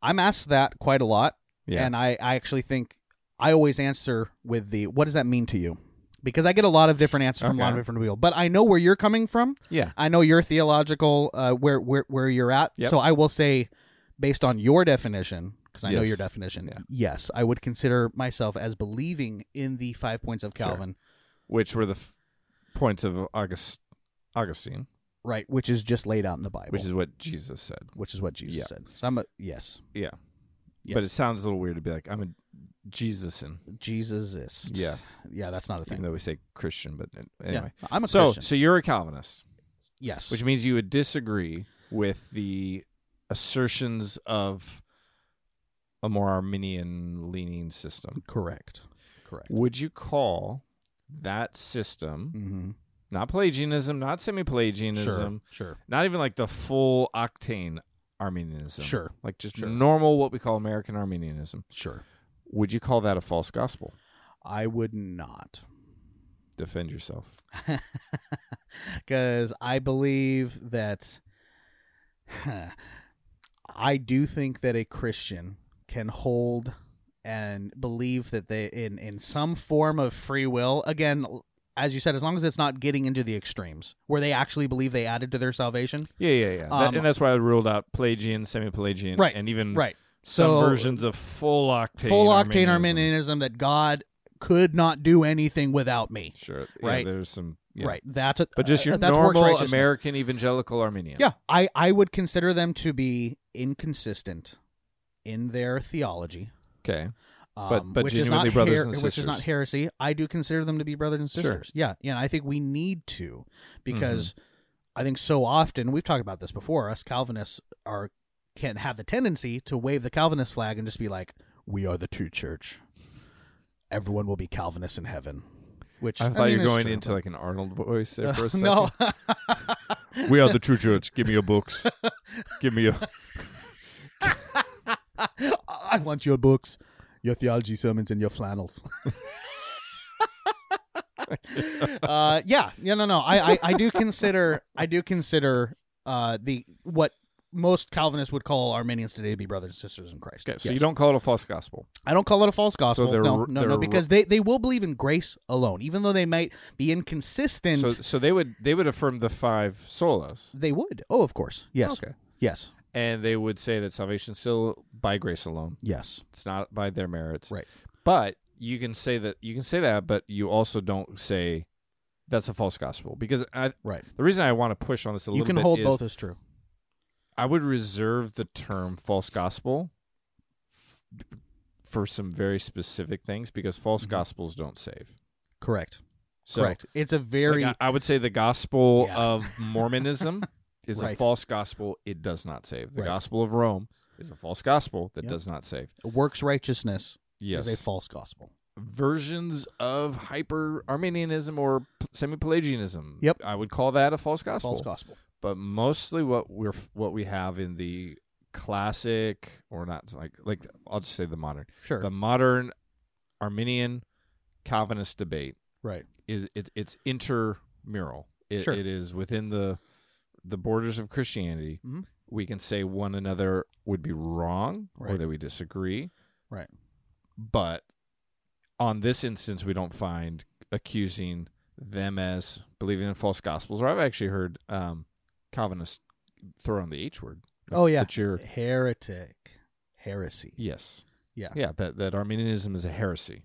[SPEAKER 8] I'm asked that quite a lot.
[SPEAKER 7] Yeah.
[SPEAKER 8] And I, I actually think I always answer with the what does that mean to you? Because I get a lot of different answers from a lot of
[SPEAKER 7] Okay.
[SPEAKER 8] different people. But I know where you're coming from.
[SPEAKER 7] Yeah.
[SPEAKER 8] I know your theological uh, where where where you're at.
[SPEAKER 7] Yep.
[SPEAKER 8] So I will say based on your definition because I know
[SPEAKER 7] Yes.
[SPEAKER 8] your definition.
[SPEAKER 7] Yeah.
[SPEAKER 8] Yes, I would consider myself as believing in the 5 points of Calvin,
[SPEAKER 7] Which were the f- points of August Augustine,
[SPEAKER 8] right, which is just laid out in the Bible,
[SPEAKER 7] which is what Jesus said.
[SPEAKER 8] which is what Jesus
[SPEAKER 7] Yeah.
[SPEAKER 8] said. So I'm a yes.
[SPEAKER 7] Yeah.
[SPEAKER 8] Yes.
[SPEAKER 7] But it sounds a little weird to be like I'm a Jesusin.
[SPEAKER 8] Jesusist.
[SPEAKER 7] Yeah.
[SPEAKER 8] yeah, that's not a
[SPEAKER 7] Even
[SPEAKER 8] thing.
[SPEAKER 7] though we say Christian, but anyway.
[SPEAKER 8] Yeah, I'm a
[SPEAKER 7] so,
[SPEAKER 8] Christian.
[SPEAKER 7] so you're a Calvinist,
[SPEAKER 8] Yes,
[SPEAKER 7] which means you would disagree with the assertions of a more Arminian leaning system.
[SPEAKER 8] correct, correct.
[SPEAKER 7] Would you call that system,
[SPEAKER 8] Mm-hmm.
[SPEAKER 7] not Pelagianism, not semi
[SPEAKER 8] Sure,
[SPEAKER 7] Pelagianism,
[SPEAKER 8] sure,
[SPEAKER 7] not even like the full octane Armenianism?
[SPEAKER 8] Sure,
[SPEAKER 7] Like just
[SPEAKER 8] sure.
[SPEAKER 7] normal, what we call American Armenianism.
[SPEAKER 8] sure.
[SPEAKER 7] Would you call that a false gospel?
[SPEAKER 8] I would not,
[SPEAKER 7] Defend yourself.
[SPEAKER 8] because I believe that <laughs> I do think that a Christian can hold and believe that they in in some form of free will. Again, as you said, as long as it's not getting into the extremes where they actually believe they added to their salvation.
[SPEAKER 7] Yeah, yeah, yeah. That-
[SPEAKER 8] Um,
[SPEAKER 7] and that's why I ruled out Pelagian, semi-Pelagian,
[SPEAKER 8] Right,
[SPEAKER 7] and even
[SPEAKER 8] Right.
[SPEAKER 7] some
[SPEAKER 8] So-
[SPEAKER 7] versions of full octane,
[SPEAKER 8] full octane
[SPEAKER 7] Mm. Arminianism.
[SPEAKER 8] Arminianism that God could not do anything without me.
[SPEAKER 7] Sure,
[SPEAKER 8] Right.
[SPEAKER 7] right. There's some yeah.
[SPEAKER 8] Right. That's a,
[SPEAKER 7] but just your
[SPEAKER 8] uh, that's works
[SPEAKER 7] normal
[SPEAKER 8] righteousness.
[SPEAKER 7] American evangelical Armenian.
[SPEAKER 8] Yeah, I I would consider them to be inconsistent in their theology.
[SPEAKER 7] Okay.
[SPEAKER 8] Um,
[SPEAKER 7] But- but
[SPEAKER 8] which is
[SPEAKER 7] genuinely
[SPEAKER 8] not
[SPEAKER 7] brothers
[SPEAKER 8] her-
[SPEAKER 7] and
[SPEAKER 8] which is not
[SPEAKER 7] sisters.
[SPEAKER 8] heresy. I do consider them to be brothers and
[SPEAKER 7] Sure. Mm-hmm.
[SPEAKER 8] sisters. Yeah, yeah. And I think we need to because I think so often we've talked about this before. Us Calvinists are can have the tendency to wave the Calvinist flag and just be like, "We are the true church. Everyone will be Calvinists in heaven." Which
[SPEAKER 7] I
[SPEAKER 8] I
[SPEAKER 7] thought
[SPEAKER 8] mean,
[SPEAKER 7] you were
[SPEAKER 8] is
[SPEAKER 7] going
[SPEAKER 8] true.
[SPEAKER 7] into like an Arnold voice
[SPEAKER 8] <laughs>
[SPEAKER 7] there for a second.
[SPEAKER 8] no. <laughs>
[SPEAKER 7] we are the true church. Give me your books. Give <laughs> me your.
[SPEAKER 8] I want your books, your theology sermons, and your flannels. <laughs> uh, yeah, yeah, no, no. I, I, I do consider, I do consider uh, the what most Calvinists would call Armenians today to be brothers and sisters in Christ.
[SPEAKER 7] Okay, so
[SPEAKER 8] Yes.
[SPEAKER 7] you don't call it a false gospel.
[SPEAKER 8] I don't call it a false gospel.
[SPEAKER 7] they're-
[SPEAKER 8] no, no, no,
[SPEAKER 7] they're-
[SPEAKER 8] because they, they will believe in grace alone, even though they might be inconsistent.
[SPEAKER 7] So, so they would they would affirm the five solas,
[SPEAKER 8] they would. Oh, of course. Yes.
[SPEAKER 7] Okay.
[SPEAKER 8] Yes.
[SPEAKER 7] and they would say that salvation is still by grace alone.
[SPEAKER 8] Yes.
[SPEAKER 7] It's not by their merits.
[SPEAKER 8] Right.
[SPEAKER 7] But you can say that you can say that, but you also don't say that's a false gospel because I,
[SPEAKER 8] Right.
[SPEAKER 7] the reason I want to push on this a
[SPEAKER 8] You
[SPEAKER 7] little
[SPEAKER 8] can
[SPEAKER 7] bit
[SPEAKER 8] hold
[SPEAKER 7] is
[SPEAKER 8] both as true.
[SPEAKER 7] I would reserve the term false gospel f- for some very specific things because false gospels don't save.
[SPEAKER 8] Correct.
[SPEAKER 7] So
[SPEAKER 8] Mm-hmm. Correct. It's a
[SPEAKER 7] like,
[SPEAKER 8] very
[SPEAKER 7] I, I would say the gospel
[SPEAKER 8] Yeah.
[SPEAKER 7] of
[SPEAKER 8] <laughs>
[SPEAKER 7] Mormonism is a
[SPEAKER 8] Right.
[SPEAKER 7] false gospel. It does not save. The
[SPEAKER 8] Right.
[SPEAKER 7] gospel of Rome is a false gospel that
[SPEAKER 8] Yeah.
[SPEAKER 7] does not save.
[SPEAKER 8] works righteousness
[SPEAKER 7] Yes.
[SPEAKER 8] is a false gospel.
[SPEAKER 7] versions of hyper Arminianism or semi Pelagianism.
[SPEAKER 8] Yep.
[SPEAKER 7] I would call that a false gospel.
[SPEAKER 8] False gospel.
[SPEAKER 7] But mostly what we're what we have in the classic or not like like I'll just say the modern
[SPEAKER 8] Sure.
[SPEAKER 7] the modern Arminian Calvinist debate
[SPEAKER 8] right.
[SPEAKER 7] is it's it's intermural. It,
[SPEAKER 8] Sure.
[SPEAKER 7] it is within the the borders of Christianity.
[SPEAKER 8] Mhm.
[SPEAKER 7] We can say one another would be wrong or
[SPEAKER 8] Right.
[SPEAKER 7] that we disagree.
[SPEAKER 8] Right.
[SPEAKER 7] But on this instance, we don't find accusing them as believing in false gospels. Or I've actually heard um, Calvinists throw in the H word.
[SPEAKER 8] Oh, yeah.
[SPEAKER 7] That you're
[SPEAKER 8] Heretic. Heresy.
[SPEAKER 7] yes.
[SPEAKER 8] Yeah.
[SPEAKER 7] Yeah. That that Arminianism is a heresy.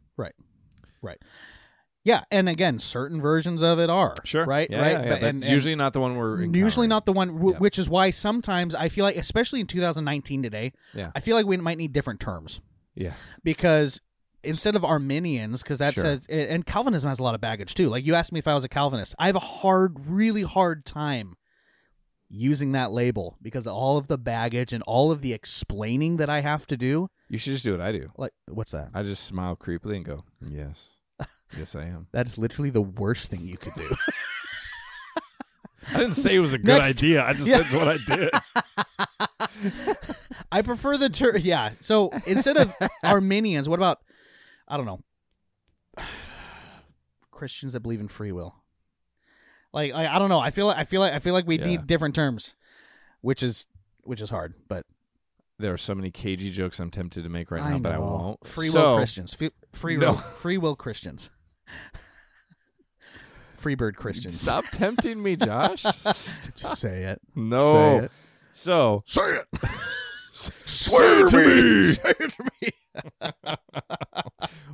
[SPEAKER 8] Yeah, and again, certain versions of it are. Right?
[SPEAKER 7] Yeah,
[SPEAKER 8] right.
[SPEAKER 7] yeah, yeah,
[SPEAKER 8] But-
[SPEAKER 7] but
[SPEAKER 8] and, and
[SPEAKER 7] usually not the one we're
[SPEAKER 8] usually
[SPEAKER 7] encountering.
[SPEAKER 8] not the one w-
[SPEAKER 7] Yeah.
[SPEAKER 8] which is why sometimes I feel like especially in 2019 today,
[SPEAKER 7] Yeah.
[SPEAKER 8] I feel like we might need different terms
[SPEAKER 7] Yeah.
[SPEAKER 8] because instead of Arminians because that
[SPEAKER 7] Sure.
[SPEAKER 8] says and Calvinism has a lot of baggage too. Like you asked me if I was a Calvinist. I have a hard really hard time using that label because of all of the baggage and all of the explaining that I have to do.
[SPEAKER 7] You should just do what I do.
[SPEAKER 8] Like what's that?
[SPEAKER 7] I just smile creepily and go, "Yes, yes, I am."
[SPEAKER 8] That's literally the worst thing you could do.
[SPEAKER 7] I didn't say it was a good
[SPEAKER 8] Next-
[SPEAKER 7] idea. I just
[SPEAKER 8] Yeah.
[SPEAKER 7] said what I did.
[SPEAKER 8] I prefer the term. Yeah. So
[SPEAKER 7] <laughs>
[SPEAKER 8] instead of Armenians, what about I don't know <sighs> Christians that believe in free will? Like I, I don't know. I feel like I feel like I feel like we
[SPEAKER 7] Yeah.
[SPEAKER 8] need different terms, which is which is hard. But
[SPEAKER 7] There are so many cagey jokes I'm tempted to make right
[SPEAKER 8] I
[SPEAKER 7] now, but I
[SPEAKER 8] know.
[SPEAKER 7] won't.
[SPEAKER 8] Free
[SPEAKER 7] So,
[SPEAKER 8] will Christians. Fe- free
[SPEAKER 7] No.
[SPEAKER 8] will. Free will Christians. <laughs> free bird Christians.
[SPEAKER 7] Stop tempting me, Josh. Stop.
[SPEAKER 8] <laughs> Just say it.
[SPEAKER 7] No.
[SPEAKER 8] Say it.
[SPEAKER 7] So
[SPEAKER 9] Say it.
[SPEAKER 8] <laughs>
[SPEAKER 9] Swear to me. Say it to me.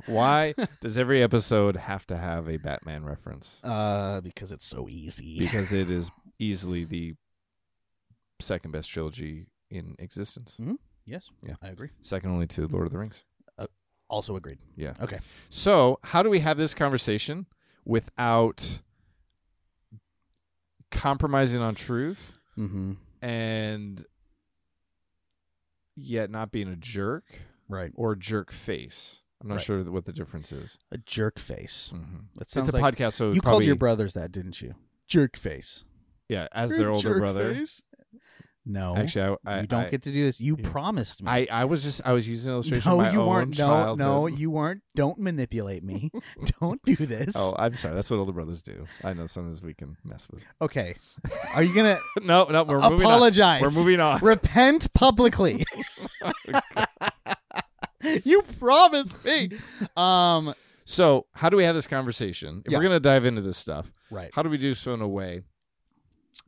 [SPEAKER 7] why does every episode have to have a Batman reference?
[SPEAKER 8] <laughs> Uh, because it's so easy.
[SPEAKER 7] Because it is easily the second best trilogy in existence,
[SPEAKER 8] Yes.
[SPEAKER 7] Yeah.
[SPEAKER 8] I agree.
[SPEAKER 7] second only to Lord of the Rings.
[SPEAKER 8] Also agreed.
[SPEAKER 7] Yeah.
[SPEAKER 8] Okay.
[SPEAKER 7] So, how do we have this conversation without compromising on truth
[SPEAKER 8] Mm-hmm.
[SPEAKER 7] and yet not being a jerk
[SPEAKER 8] Right.
[SPEAKER 7] or jerk face? I'm not
[SPEAKER 8] Right.
[SPEAKER 7] sure what the difference is. Mm-hmm.
[SPEAKER 8] A jerk face. That sounds
[SPEAKER 7] It's a
[SPEAKER 8] like
[SPEAKER 7] podcast, so
[SPEAKER 8] you called
[SPEAKER 7] probably-
[SPEAKER 8] your brothers that, didn't you? Jerk face.
[SPEAKER 7] Yeah, as their older brother.
[SPEAKER 8] No.
[SPEAKER 7] Actually, I, I
[SPEAKER 8] you don't
[SPEAKER 7] I,
[SPEAKER 8] get to do this. You promised me.
[SPEAKER 7] I I was just I was using an illustration.
[SPEAKER 8] no,
[SPEAKER 7] of my
[SPEAKER 8] you
[SPEAKER 7] own
[SPEAKER 8] weren't. No,
[SPEAKER 7] childhood.
[SPEAKER 8] no, you weren't. Don't
[SPEAKER 7] <laughs>
[SPEAKER 8] manipulate me. <laughs> don't do this.
[SPEAKER 7] Oh, I'm sorry. That's what older brothers do. I know sometimes we can mess with.
[SPEAKER 8] Okay. Are
[SPEAKER 7] <laughs>
[SPEAKER 8] you gonna
[SPEAKER 7] No, no, we're moving on.
[SPEAKER 8] apologize?
[SPEAKER 7] We're moving on. <laughs>
[SPEAKER 8] Repent publicly.
[SPEAKER 7] Oh,
[SPEAKER 8] <laughs> you promised me. Um.
[SPEAKER 7] So, how do we have this conversation? If
[SPEAKER 8] Yeah.
[SPEAKER 7] we're going to dive into this stuff,
[SPEAKER 8] Right.
[SPEAKER 7] how do we do so in a way?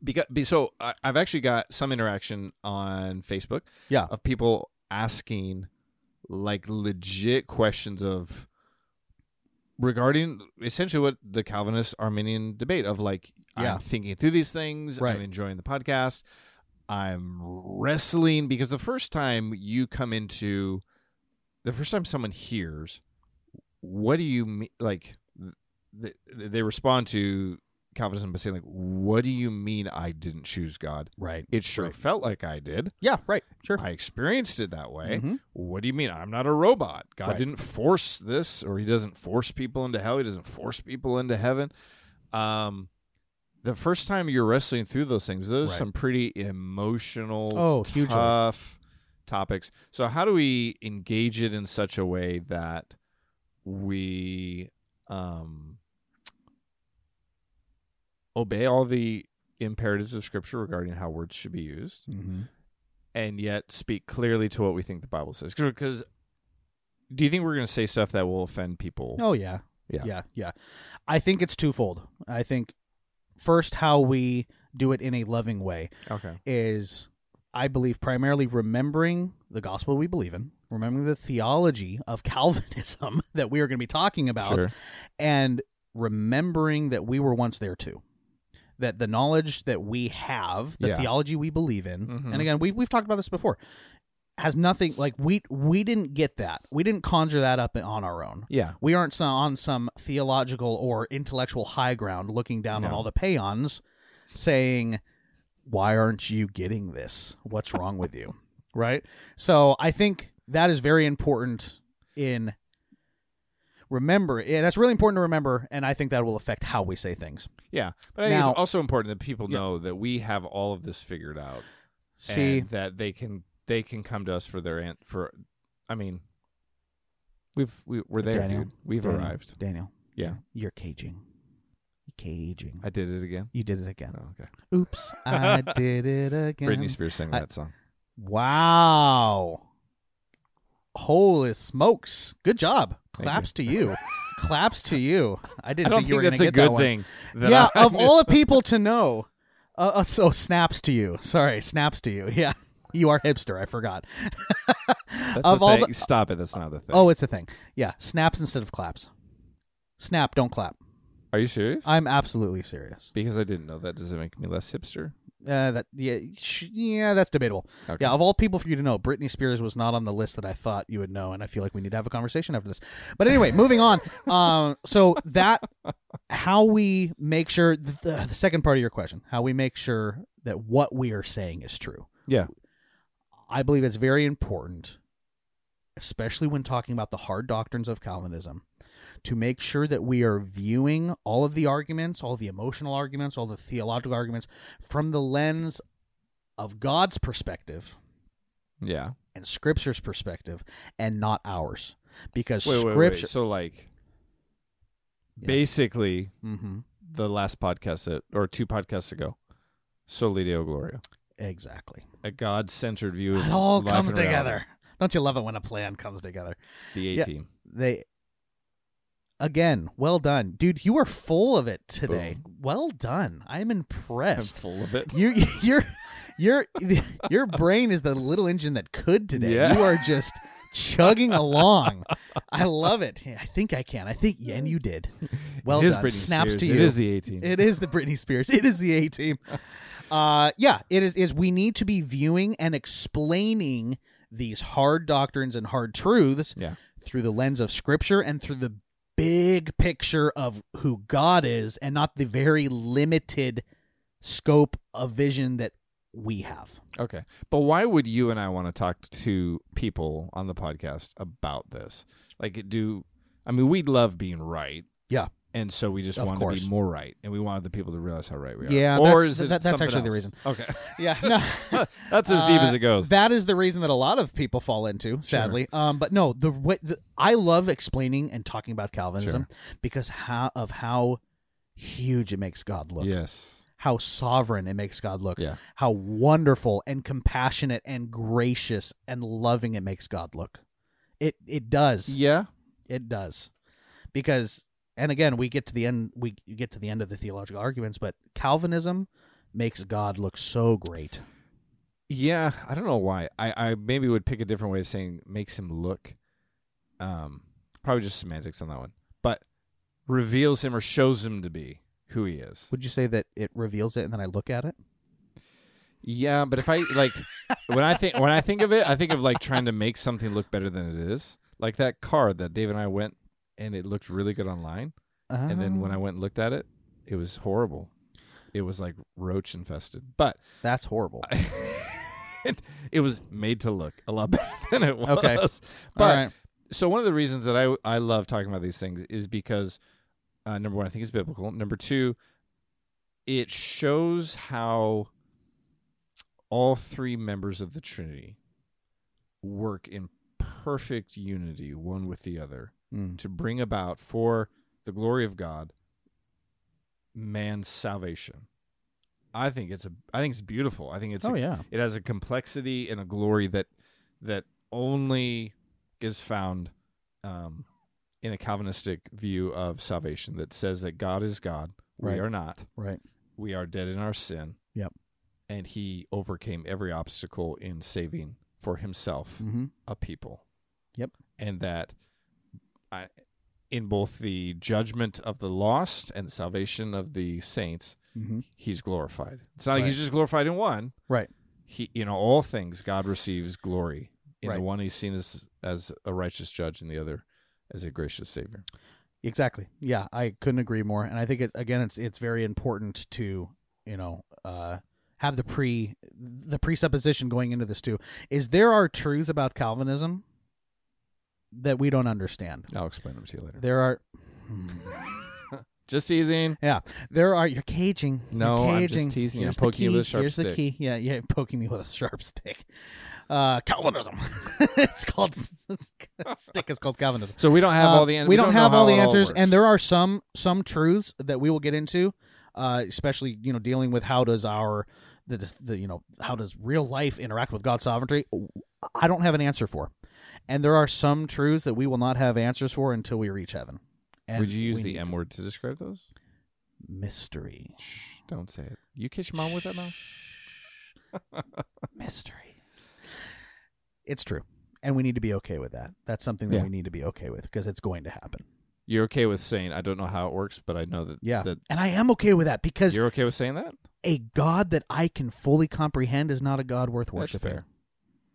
[SPEAKER 7] Because be, so I, I've actually got some interaction on Facebook
[SPEAKER 8] Yeah.
[SPEAKER 7] of people asking like legit questions of regarding essentially what the Calvinist Arminian debate of like
[SPEAKER 8] Yeah.
[SPEAKER 7] I'm thinking through these things,
[SPEAKER 8] Right.
[SPEAKER 7] I'm enjoying the podcast, I'm wrestling because the first time you come into the first time someone hears what do you mean like th- th- they respond to Calvinism by saying like what do you mean I didn't choose God?
[SPEAKER 8] Right.
[SPEAKER 7] It sure felt like I did.
[SPEAKER 8] Yeah. Right. Sure.
[SPEAKER 7] I experienced it that way.
[SPEAKER 8] Mhm.
[SPEAKER 7] What do you mean? I'm not a robot. God
[SPEAKER 8] Right.
[SPEAKER 7] didn't force this, or He doesn't force people into hell. He doesn't force people into heaven. Um, the first time you're wrestling through those things, those are
[SPEAKER 8] Right.
[SPEAKER 7] some pretty emotional,
[SPEAKER 8] Oh, hugely.
[SPEAKER 7] tough topics. So, how do we engage it in such a way that we um, obey all the imperatives of Scripture regarding how words should be used?
[SPEAKER 8] Mm-hmm.
[SPEAKER 7] and yet speak clearly to what we think the Bible says. Because do you think we're going to say stuff that will offend people?
[SPEAKER 8] Oh yeah.
[SPEAKER 7] Yeah.
[SPEAKER 8] Yeah. Yeah. I think it's twofold. I think first how we do it in a loving way
[SPEAKER 7] Okay.
[SPEAKER 8] is I believe primarily remembering the gospel we believe in, remembering the theology of <laughs> Calvinism that we are going to be talking about
[SPEAKER 7] Sure.
[SPEAKER 8] and remembering that we were once there too. That the knowledge that we have, the
[SPEAKER 7] Yeah.
[SPEAKER 8] theology we believe in,
[SPEAKER 7] Mhm.
[SPEAKER 8] and again, we we've talked about this before, has nothing like we we didn't get that. We didn't conjure that up on our own.
[SPEAKER 7] Yeah.
[SPEAKER 8] We aren't so- on some theological or intellectual high ground looking down on
[SPEAKER 7] No.
[SPEAKER 8] all the peons saying, Why aren't you getting this? What's wrong with you? <laughs> Right? So I think that is very important in remember. Yeah, that's really important to remember. And I think that will affect how we say things.
[SPEAKER 7] Yeah. But I think
[SPEAKER 8] Now-
[SPEAKER 7] it's also important that people
[SPEAKER 8] Yeah.
[SPEAKER 7] know that we have all of this figured out
[SPEAKER 8] See,
[SPEAKER 7] and that they can they can come to us for their ant for I mean we've we, we're there
[SPEAKER 8] Daniel,
[SPEAKER 7] dude. We've
[SPEAKER 8] Daniel,
[SPEAKER 7] arrived.
[SPEAKER 8] Daniel,
[SPEAKER 7] Yeah.
[SPEAKER 8] you're caging. Caging.
[SPEAKER 7] I did it again.
[SPEAKER 8] You did it again.
[SPEAKER 7] Oh, okay.
[SPEAKER 8] Oops,
[SPEAKER 7] <laughs>
[SPEAKER 8] I did it again.
[SPEAKER 7] Britney Spears sang
[SPEAKER 8] I-
[SPEAKER 7] that song.
[SPEAKER 8] Wow. Holy smokes. Good job.
[SPEAKER 7] Thank
[SPEAKER 8] Claps
[SPEAKER 7] <laughs>
[SPEAKER 8] to you. Claps to you. I didn't
[SPEAKER 7] I don't
[SPEAKER 8] think you
[SPEAKER 7] think,
[SPEAKER 8] were
[SPEAKER 7] that's
[SPEAKER 8] gonna
[SPEAKER 7] a
[SPEAKER 8] get
[SPEAKER 7] good
[SPEAKER 8] that one.
[SPEAKER 7] thing. that
[SPEAKER 8] Yeah,
[SPEAKER 7] I- <laughs>
[SPEAKER 8] of all the people to know. Uh, uh, so snaps to you. Sorry, snaps to you. <laughs> Yeah. You are hipster, I forgot. <laughs>
[SPEAKER 7] that's
[SPEAKER 8] of
[SPEAKER 7] a
[SPEAKER 8] all
[SPEAKER 7] thing.
[SPEAKER 8] the-
[SPEAKER 7] stop it. That's not a thing.
[SPEAKER 8] Oh, it's a thing. Yeah, snaps instead of claps. Snap, don't clap.
[SPEAKER 7] are you serious?
[SPEAKER 8] I'm absolutely serious.
[SPEAKER 7] because I didn't know that. Does it make me less hipster?
[SPEAKER 8] Uh, that yeah, sh- yeah, that's debatable.
[SPEAKER 7] Okay.
[SPEAKER 8] Yeah, of all people for you to know, Britney Spears was not on the list that I thought you would know, and I feel like we need to have a conversation after this. But anyway,
[SPEAKER 7] <laughs>
[SPEAKER 8] moving on. Um, so that how we make sure the, the second part of your question, how we make sure that what we are saying is true.
[SPEAKER 7] Yeah.
[SPEAKER 8] I believe it's very important, especially when talking about the hard doctrines of Calvinism, to make sure that we are viewing all of the arguments, all of the emotional arguments, all the theological arguments from the lens of God's perspective
[SPEAKER 7] Yeah.
[SPEAKER 8] and Scripture's perspective and not ours. Because
[SPEAKER 7] wait, wait, wait.
[SPEAKER 8] Scripture.
[SPEAKER 7] So like,
[SPEAKER 8] Yeah.
[SPEAKER 7] basically,
[SPEAKER 8] hmm
[SPEAKER 7] the last podcast that, or two podcasts ago, Soli Deo Gloria,
[SPEAKER 8] Exactly.
[SPEAKER 7] a God-centered view. Of
[SPEAKER 8] It all
[SPEAKER 7] life
[SPEAKER 8] comes
[SPEAKER 7] and reality,
[SPEAKER 8] together. Don't you love it when a plan comes together?
[SPEAKER 7] The
[SPEAKER 8] Yeah.
[SPEAKER 7] A team.
[SPEAKER 8] They. Again, well done. Dude, you are full of it today. Well done. I'm
[SPEAKER 7] I'm
[SPEAKER 8] impressed.
[SPEAKER 7] full of it.
[SPEAKER 8] <laughs> you you're your your brain is the little engine that could today.
[SPEAKER 7] Yeah.
[SPEAKER 8] You are just chugging along. I love it. I think I can. I think yeah, and you did. Well
[SPEAKER 7] It is
[SPEAKER 8] done.
[SPEAKER 7] Britney
[SPEAKER 8] Snaps
[SPEAKER 7] Spears.
[SPEAKER 8] to you.
[SPEAKER 7] It is the A team.
[SPEAKER 8] <laughs> It is the Britney Spears. It is the A team. Uh, yeah, it is. Is we need to be viewing and explaining these hard doctrines and hard truths
[SPEAKER 7] Yeah.
[SPEAKER 8] through the lens of scripture and through the big picture of who God is and not the very limited scope of vision that we have.
[SPEAKER 7] Okay. But why would you and I want to talk to people on the podcast about this? Like, do I mean, we love being right.
[SPEAKER 8] Yeah.
[SPEAKER 7] And so we just
[SPEAKER 8] Of
[SPEAKER 7] want to
[SPEAKER 8] course.
[SPEAKER 7] be more right. And we wanted the people to realize how right we are.
[SPEAKER 8] Yeah,
[SPEAKER 7] Or
[SPEAKER 8] that's-
[SPEAKER 7] is it
[SPEAKER 8] that- that's
[SPEAKER 7] something
[SPEAKER 8] actually the
[SPEAKER 7] else?
[SPEAKER 8] reason.
[SPEAKER 7] Okay.
[SPEAKER 8] <laughs>
[SPEAKER 7] <laughs>
[SPEAKER 8] Yeah. No.
[SPEAKER 7] that's as deep as
[SPEAKER 8] Uh,
[SPEAKER 7] it goes.
[SPEAKER 8] That is the reason that a lot of people fall into, sadly. Um, but no, the, way, the I love explaining and talking about Calvinism because how of how huge it makes God look,
[SPEAKER 7] yes.
[SPEAKER 8] how sovereign it makes God look,
[SPEAKER 7] Yeah.
[SPEAKER 8] how wonderful and compassionate and gracious and loving it makes God look. It it does.
[SPEAKER 7] Yeah.
[SPEAKER 8] It does. Because and again, we get to the end we get to the end of the theological arguments, but Calvinism makes God look so great.
[SPEAKER 7] Yeah, I don't know why. I, I maybe would pick a different way of saying makes him look. Um, probably just semantics on that one, but reveals him or shows him to be who he is.
[SPEAKER 8] Would you say that it reveals it and then I look at it?
[SPEAKER 7] Yeah, but if I like <laughs> when I think when I think of it, I think of like trying to make something look better than it is. Like that card that Dave and I went and it looked really good online, and then when I went and looked at it, it was horrible. It was like roach infested, but
[SPEAKER 8] That's horrible.
[SPEAKER 7] <laughs> it, it was made to look a lot <laughs> better than it was.
[SPEAKER 8] Okay.
[SPEAKER 7] But
[SPEAKER 8] All right.
[SPEAKER 7] so one of the reasons that I I love talking about these things is because uh, number one, I think it's biblical. Number two, it shows how all three members of the Trinity work in perfect unity, one with the other,
[SPEAKER 8] Mm.
[SPEAKER 7] to bring about for the glory of God man's salvation. I think it's a I think it's beautiful. I think it's a
[SPEAKER 8] Oh yeah.
[SPEAKER 7] it has a complexity and a glory that that only is found um, in a Calvinistic view of salvation that says that God is God,
[SPEAKER 8] Right.
[SPEAKER 7] we are not,
[SPEAKER 8] Right.
[SPEAKER 7] we are dead in our sin.
[SPEAKER 8] Yep.
[SPEAKER 7] And He overcame every obstacle in saving for Himself
[SPEAKER 8] Mm-hmm.
[SPEAKER 7] a people.
[SPEAKER 8] Yep.
[SPEAKER 7] And that I, in both the judgment of the lost and salvation of the saints,
[SPEAKER 8] Mm-hmm.
[SPEAKER 7] he's glorified. It's not like
[SPEAKER 8] Right.
[SPEAKER 7] he's just glorified in one.
[SPEAKER 8] Right.
[SPEAKER 7] He in all things God receives glory. In
[SPEAKER 8] Right.
[SPEAKER 7] the one he's seen as as a righteous judge and the other as a gracious savior.
[SPEAKER 8] Exactly. Yeah, I couldn't agree more. And I think it again, it's it's very important to you know uh, have the pre the presupposition going into this too is there are truths about Calvinism that we don't understand.
[SPEAKER 7] I'll explain them to you later.
[SPEAKER 8] There are
[SPEAKER 7] Just teasing.
[SPEAKER 8] yeah, there are you're caging. You're
[SPEAKER 7] No, I'm just
[SPEAKER 8] caging.
[SPEAKER 7] teasing you. I'm
[SPEAKER 8] Here's
[SPEAKER 7] poking you
[SPEAKER 8] the key.
[SPEAKER 7] with a sharp
[SPEAKER 8] Here's the
[SPEAKER 7] stick.
[SPEAKER 8] key. Yeah, yeah, poking me with a sharp stick. Uh, Calvinism. <laughs> it's called <laughs> stick is called Calvinism.
[SPEAKER 7] So we don't have all
[SPEAKER 8] Uh,
[SPEAKER 7] the answers.
[SPEAKER 8] We don't, have all the answers, and there
[SPEAKER 7] are
[SPEAKER 8] are some some truths that we will get into, uh, especially you know dealing with how does our the, the you know how does real life interact with God's sovereignty. I don't have an answer for, and there are some truths that we will not have answers for until we reach heaven. And
[SPEAKER 7] Would you use
[SPEAKER 8] we
[SPEAKER 7] the
[SPEAKER 8] need
[SPEAKER 7] M word to describe those?
[SPEAKER 8] mystery?
[SPEAKER 7] Shh, don't say it. You kiss your mom with that mouth?
[SPEAKER 8] Mystery. It's true, and we need to be okay with that. That's something that
[SPEAKER 7] Yeah.
[SPEAKER 8] we need to be okay with because it's going to happen.
[SPEAKER 7] You're okay with saying I don't know how it works, but I know that
[SPEAKER 8] Yeah,
[SPEAKER 7] that
[SPEAKER 8] and I am okay with that because
[SPEAKER 7] you're okay with saying that?
[SPEAKER 8] a God that I can fully comprehend is not a God worth
[SPEAKER 7] That's
[SPEAKER 8] worshiping.
[SPEAKER 7] fair.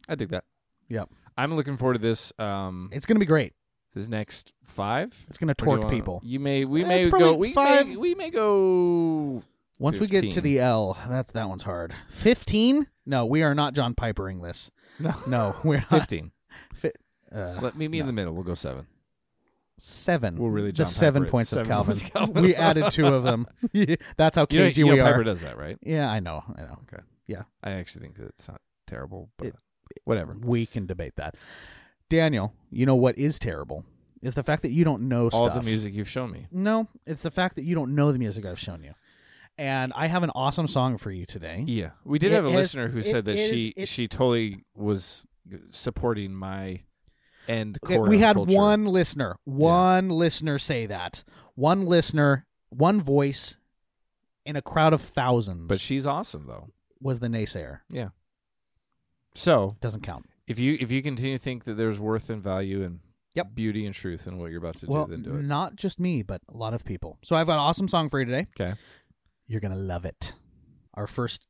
[SPEAKER 7] I dig that.
[SPEAKER 8] Yep.
[SPEAKER 7] I'm looking forward to this um
[SPEAKER 8] It's going to be great.
[SPEAKER 7] this next five.
[SPEAKER 8] It's going to
[SPEAKER 7] Or do you
[SPEAKER 8] torque
[SPEAKER 7] wanna-
[SPEAKER 8] people.
[SPEAKER 7] You may we
[SPEAKER 8] It's
[SPEAKER 7] may
[SPEAKER 8] probably
[SPEAKER 7] go we
[SPEAKER 8] five.
[SPEAKER 7] may we may go
[SPEAKER 8] Once we get to
[SPEAKER 7] 15.
[SPEAKER 8] the L, that's that one's hard. 15? No, we are not John Pipering this.
[SPEAKER 7] no
[SPEAKER 8] No, <laughs> we're
[SPEAKER 7] <laughs>
[SPEAKER 8] not.
[SPEAKER 7] fifteen.
[SPEAKER 8] Fi- uh,
[SPEAKER 7] Let me meet in the middle. We'll go seven.
[SPEAKER 8] seven.
[SPEAKER 7] We'll really
[SPEAKER 8] the
[SPEAKER 7] John
[SPEAKER 8] seven
[SPEAKER 7] Piper it.
[SPEAKER 8] points of
[SPEAKER 7] Seven
[SPEAKER 8] Calvin.
[SPEAKER 7] points of Calvin.
[SPEAKER 8] we added two of them. <laughs> that's how
[SPEAKER 7] <laughs> You know,
[SPEAKER 8] cagey
[SPEAKER 7] you know
[SPEAKER 8] we are.
[SPEAKER 7] Piper does that, right?
[SPEAKER 8] Yeah, I know. I know.
[SPEAKER 7] I actually think that it's not terrible, but
[SPEAKER 8] It-
[SPEAKER 7] whatever.
[SPEAKER 8] We can debate that. Daniel, you know what is terrible is the fact that you don't know
[SPEAKER 7] All
[SPEAKER 8] stuff. Mm-hmm.
[SPEAKER 7] the music you've shown me.
[SPEAKER 8] No, it's the fact that you don't know the music I've shown you. And I have an awesome song for you today.
[SPEAKER 7] Yeah, we did
[SPEAKER 8] It
[SPEAKER 7] have a
[SPEAKER 8] is-
[SPEAKER 7] listener who
[SPEAKER 8] it
[SPEAKER 7] said that
[SPEAKER 8] is-
[SPEAKER 7] she
[SPEAKER 8] it-
[SPEAKER 7] she totally was supporting my end.
[SPEAKER 8] Okay,
[SPEAKER 7] core
[SPEAKER 8] we had
[SPEAKER 7] culture.
[SPEAKER 8] one listener, one listener say that. One listener, one voice in a crowd of thousands
[SPEAKER 7] but she's awesome though.
[SPEAKER 8] was the naysayer.
[SPEAKER 7] So
[SPEAKER 8] Doesn't count.
[SPEAKER 7] if you if you continue to think that there's worth and value and
[SPEAKER 8] Yep.
[SPEAKER 7] beauty and truth in what you're about to
[SPEAKER 8] well,
[SPEAKER 7] do, then do it.
[SPEAKER 8] not just me, but a lot of people. So I've got an awesome song for you today.
[SPEAKER 7] Okay.
[SPEAKER 8] You're going to love it. Our first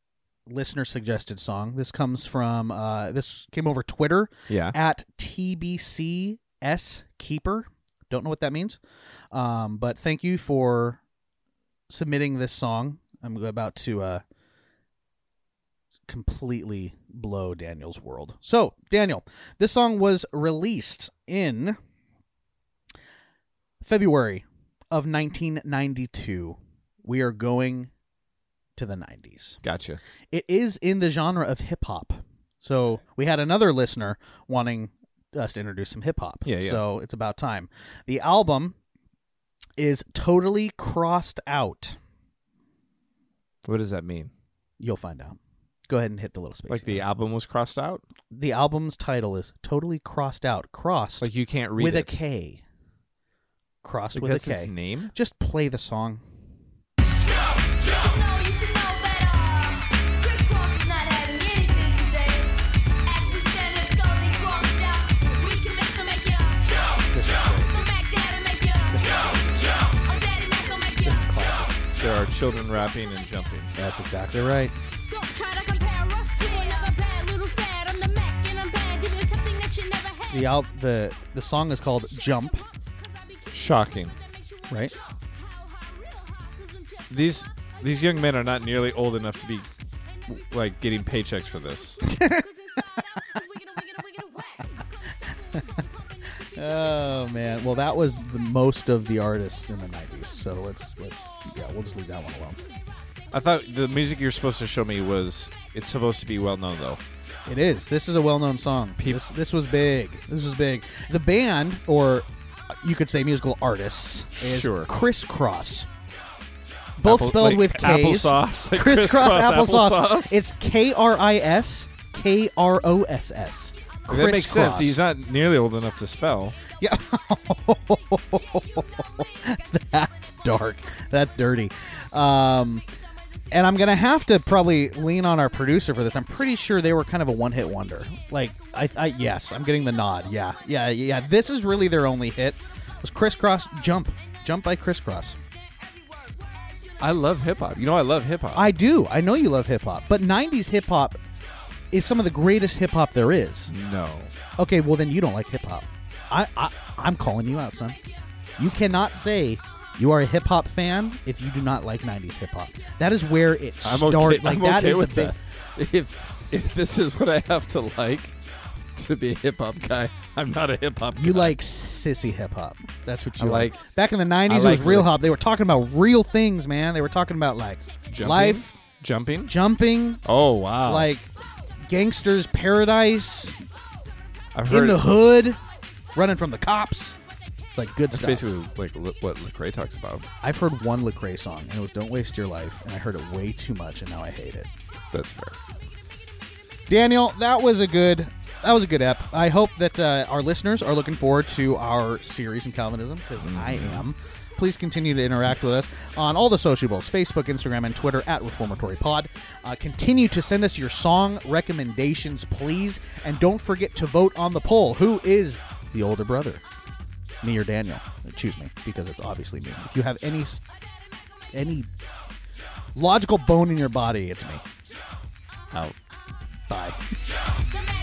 [SPEAKER 8] listener suggested song. This comes from uh, this came over Twitter
[SPEAKER 7] Yeah.
[SPEAKER 8] at TBCS Keeper. Don't know what that means, um, but thank you for submitting this song. I'm about to uh, completely blow Daniel's world. So, Daniel, this song was released in February of 1992. We are going to the 90s.
[SPEAKER 7] Gotcha.
[SPEAKER 8] It is in the genre of hip hop. So we had another listener wanting us to introduce some hip hop.
[SPEAKER 7] Yeah, yeah.
[SPEAKER 8] So it's about time. The album is totally crossed out.
[SPEAKER 7] What does that mean?
[SPEAKER 8] You'll find out. Go ahead and hit the little space.
[SPEAKER 7] Like the album was crossed out?
[SPEAKER 8] the album's title is totally crossed out. Crossed
[SPEAKER 7] Like you can't read
[SPEAKER 8] with
[SPEAKER 7] it.
[SPEAKER 8] a K. Crossed
[SPEAKER 7] Like
[SPEAKER 8] with
[SPEAKER 7] that's
[SPEAKER 8] a K.
[SPEAKER 7] its name?
[SPEAKER 8] Just play the song. This is great.
[SPEAKER 10] Oh,
[SPEAKER 8] This is classic.
[SPEAKER 7] There are children rapping and jumping.
[SPEAKER 8] That's exactly right.
[SPEAKER 10] Don't try to compare us to another bad little fad. I'm the Mac and I'm bad. Give me something that you never had.
[SPEAKER 8] The al- the the song is called Jump.
[SPEAKER 7] Shocking.
[SPEAKER 8] Right.
[SPEAKER 7] These these young men are not nearly old enough to be like getting paychecks for this.
[SPEAKER 8] Oh man. Well, that was the most of the artists in the '90s. So let's let's yeah, we'll just leave that one alone.
[SPEAKER 7] I thought the music you're supposed to show me was it's supposed to be well known though.
[SPEAKER 8] It is. This is a well-known song. This, this was big. This was big. The band, or you could say musical artists, is
[SPEAKER 7] Sure.
[SPEAKER 8] Crisscross. Both
[SPEAKER 7] Apple-
[SPEAKER 8] spelled
[SPEAKER 7] like
[SPEAKER 8] with K's.
[SPEAKER 7] applesauce, like
[SPEAKER 8] crisscross,
[SPEAKER 7] crisscross
[SPEAKER 8] applesauce.
[SPEAKER 7] applesauce.
[SPEAKER 8] It's K R I S K R O S S.
[SPEAKER 7] That makes sense. He's not nearly old enough to spell.
[SPEAKER 8] Yeah. <laughs> That's dark. That's dirty. Um, and I'm gonna have to probably lean on our producer for this. I'm pretty sure they were kind of a one-hit wonder. Like, I, I yes, I'm getting the nod. Yeah, yeah, yeah. This is really their only hit. Was crisscross jump, jump by crisscross.
[SPEAKER 7] I love hip hop. You know I love hip hop.
[SPEAKER 8] I do. I know you love hip hop, but '90s hip hop is some of the greatest hip hop there is.
[SPEAKER 7] no.
[SPEAKER 8] Okay, well then you don't like hip hop. I, I I'm calling you out, son. You cannot say you are a hip hop fan if you do not like '90s hip hop. That is where it
[SPEAKER 7] I'm
[SPEAKER 8] starts.
[SPEAKER 7] okay.
[SPEAKER 8] Like
[SPEAKER 7] I'm
[SPEAKER 8] that
[SPEAKER 7] okay
[SPEAKER 8] is
[SPEAKER 7] with
[SPEAKER 8] the big.
[SPEAKER 7] that. If if this is what I have to like to be a hip hop guy, I'm not a hip hop guy.
[SPEAKER 8] You like sissy hip hop. That's what you
[SPEAKER 7] I
[SPEAKER 8] like.
[SPEAKER 7] like-
[SPEAKER 8] Back in the '90s,
[SPEAKER 7] I
[SPEAKER 8] it was
[SPEAKER 7] like
[SPEAKER 8] real
[SPEAKER 7] re-
[SPEAKER 8] hop. They were talking about real things, man. They were talking about like
[SPEAKER 7] jumping?
[SPEAKER 8] life,
[SPEAKER 7] jumping?
[SPEAKER 8] jumping,
[SPEAKER 7] Oh wow.
[SPEAKER 8] like gangsters' paradise,
[SPEAKER 7] I've
[SPEAKER 8] in
[SPEAKER 7] heard
[SPEAKER 8] the hood, running from the cops. It's like good
[SPEAKER 7] that's
[SPEAKER 8] stuff.
[SPEAKER 7] basically like li- what Lecrae talks about.
[SPEAKER 8] I've heard one Lecrae song, and it was "Don't Waste Your Life," and I heard it way too much, and now I hate it.
[SPEAKER 7] That's fair.
[SPEAKER 8] Daniel, that was a good, that was a good ep. I hope that uh, our listeners are looking forward to our series in Calvinism because I am. Please continue to interact with us on all the sociables Facebook, Instagram, and Twitter at Reformatory Pod. Uh, continue to send us your song recommendations, please. And don't forget to vote on the poll. Who is the older brother? Me or Daniel? Choose me because it's obviously me. If you have any s- any logical bone in your body, it's me. Out. Bye.
[SPEAKER 10] The Mac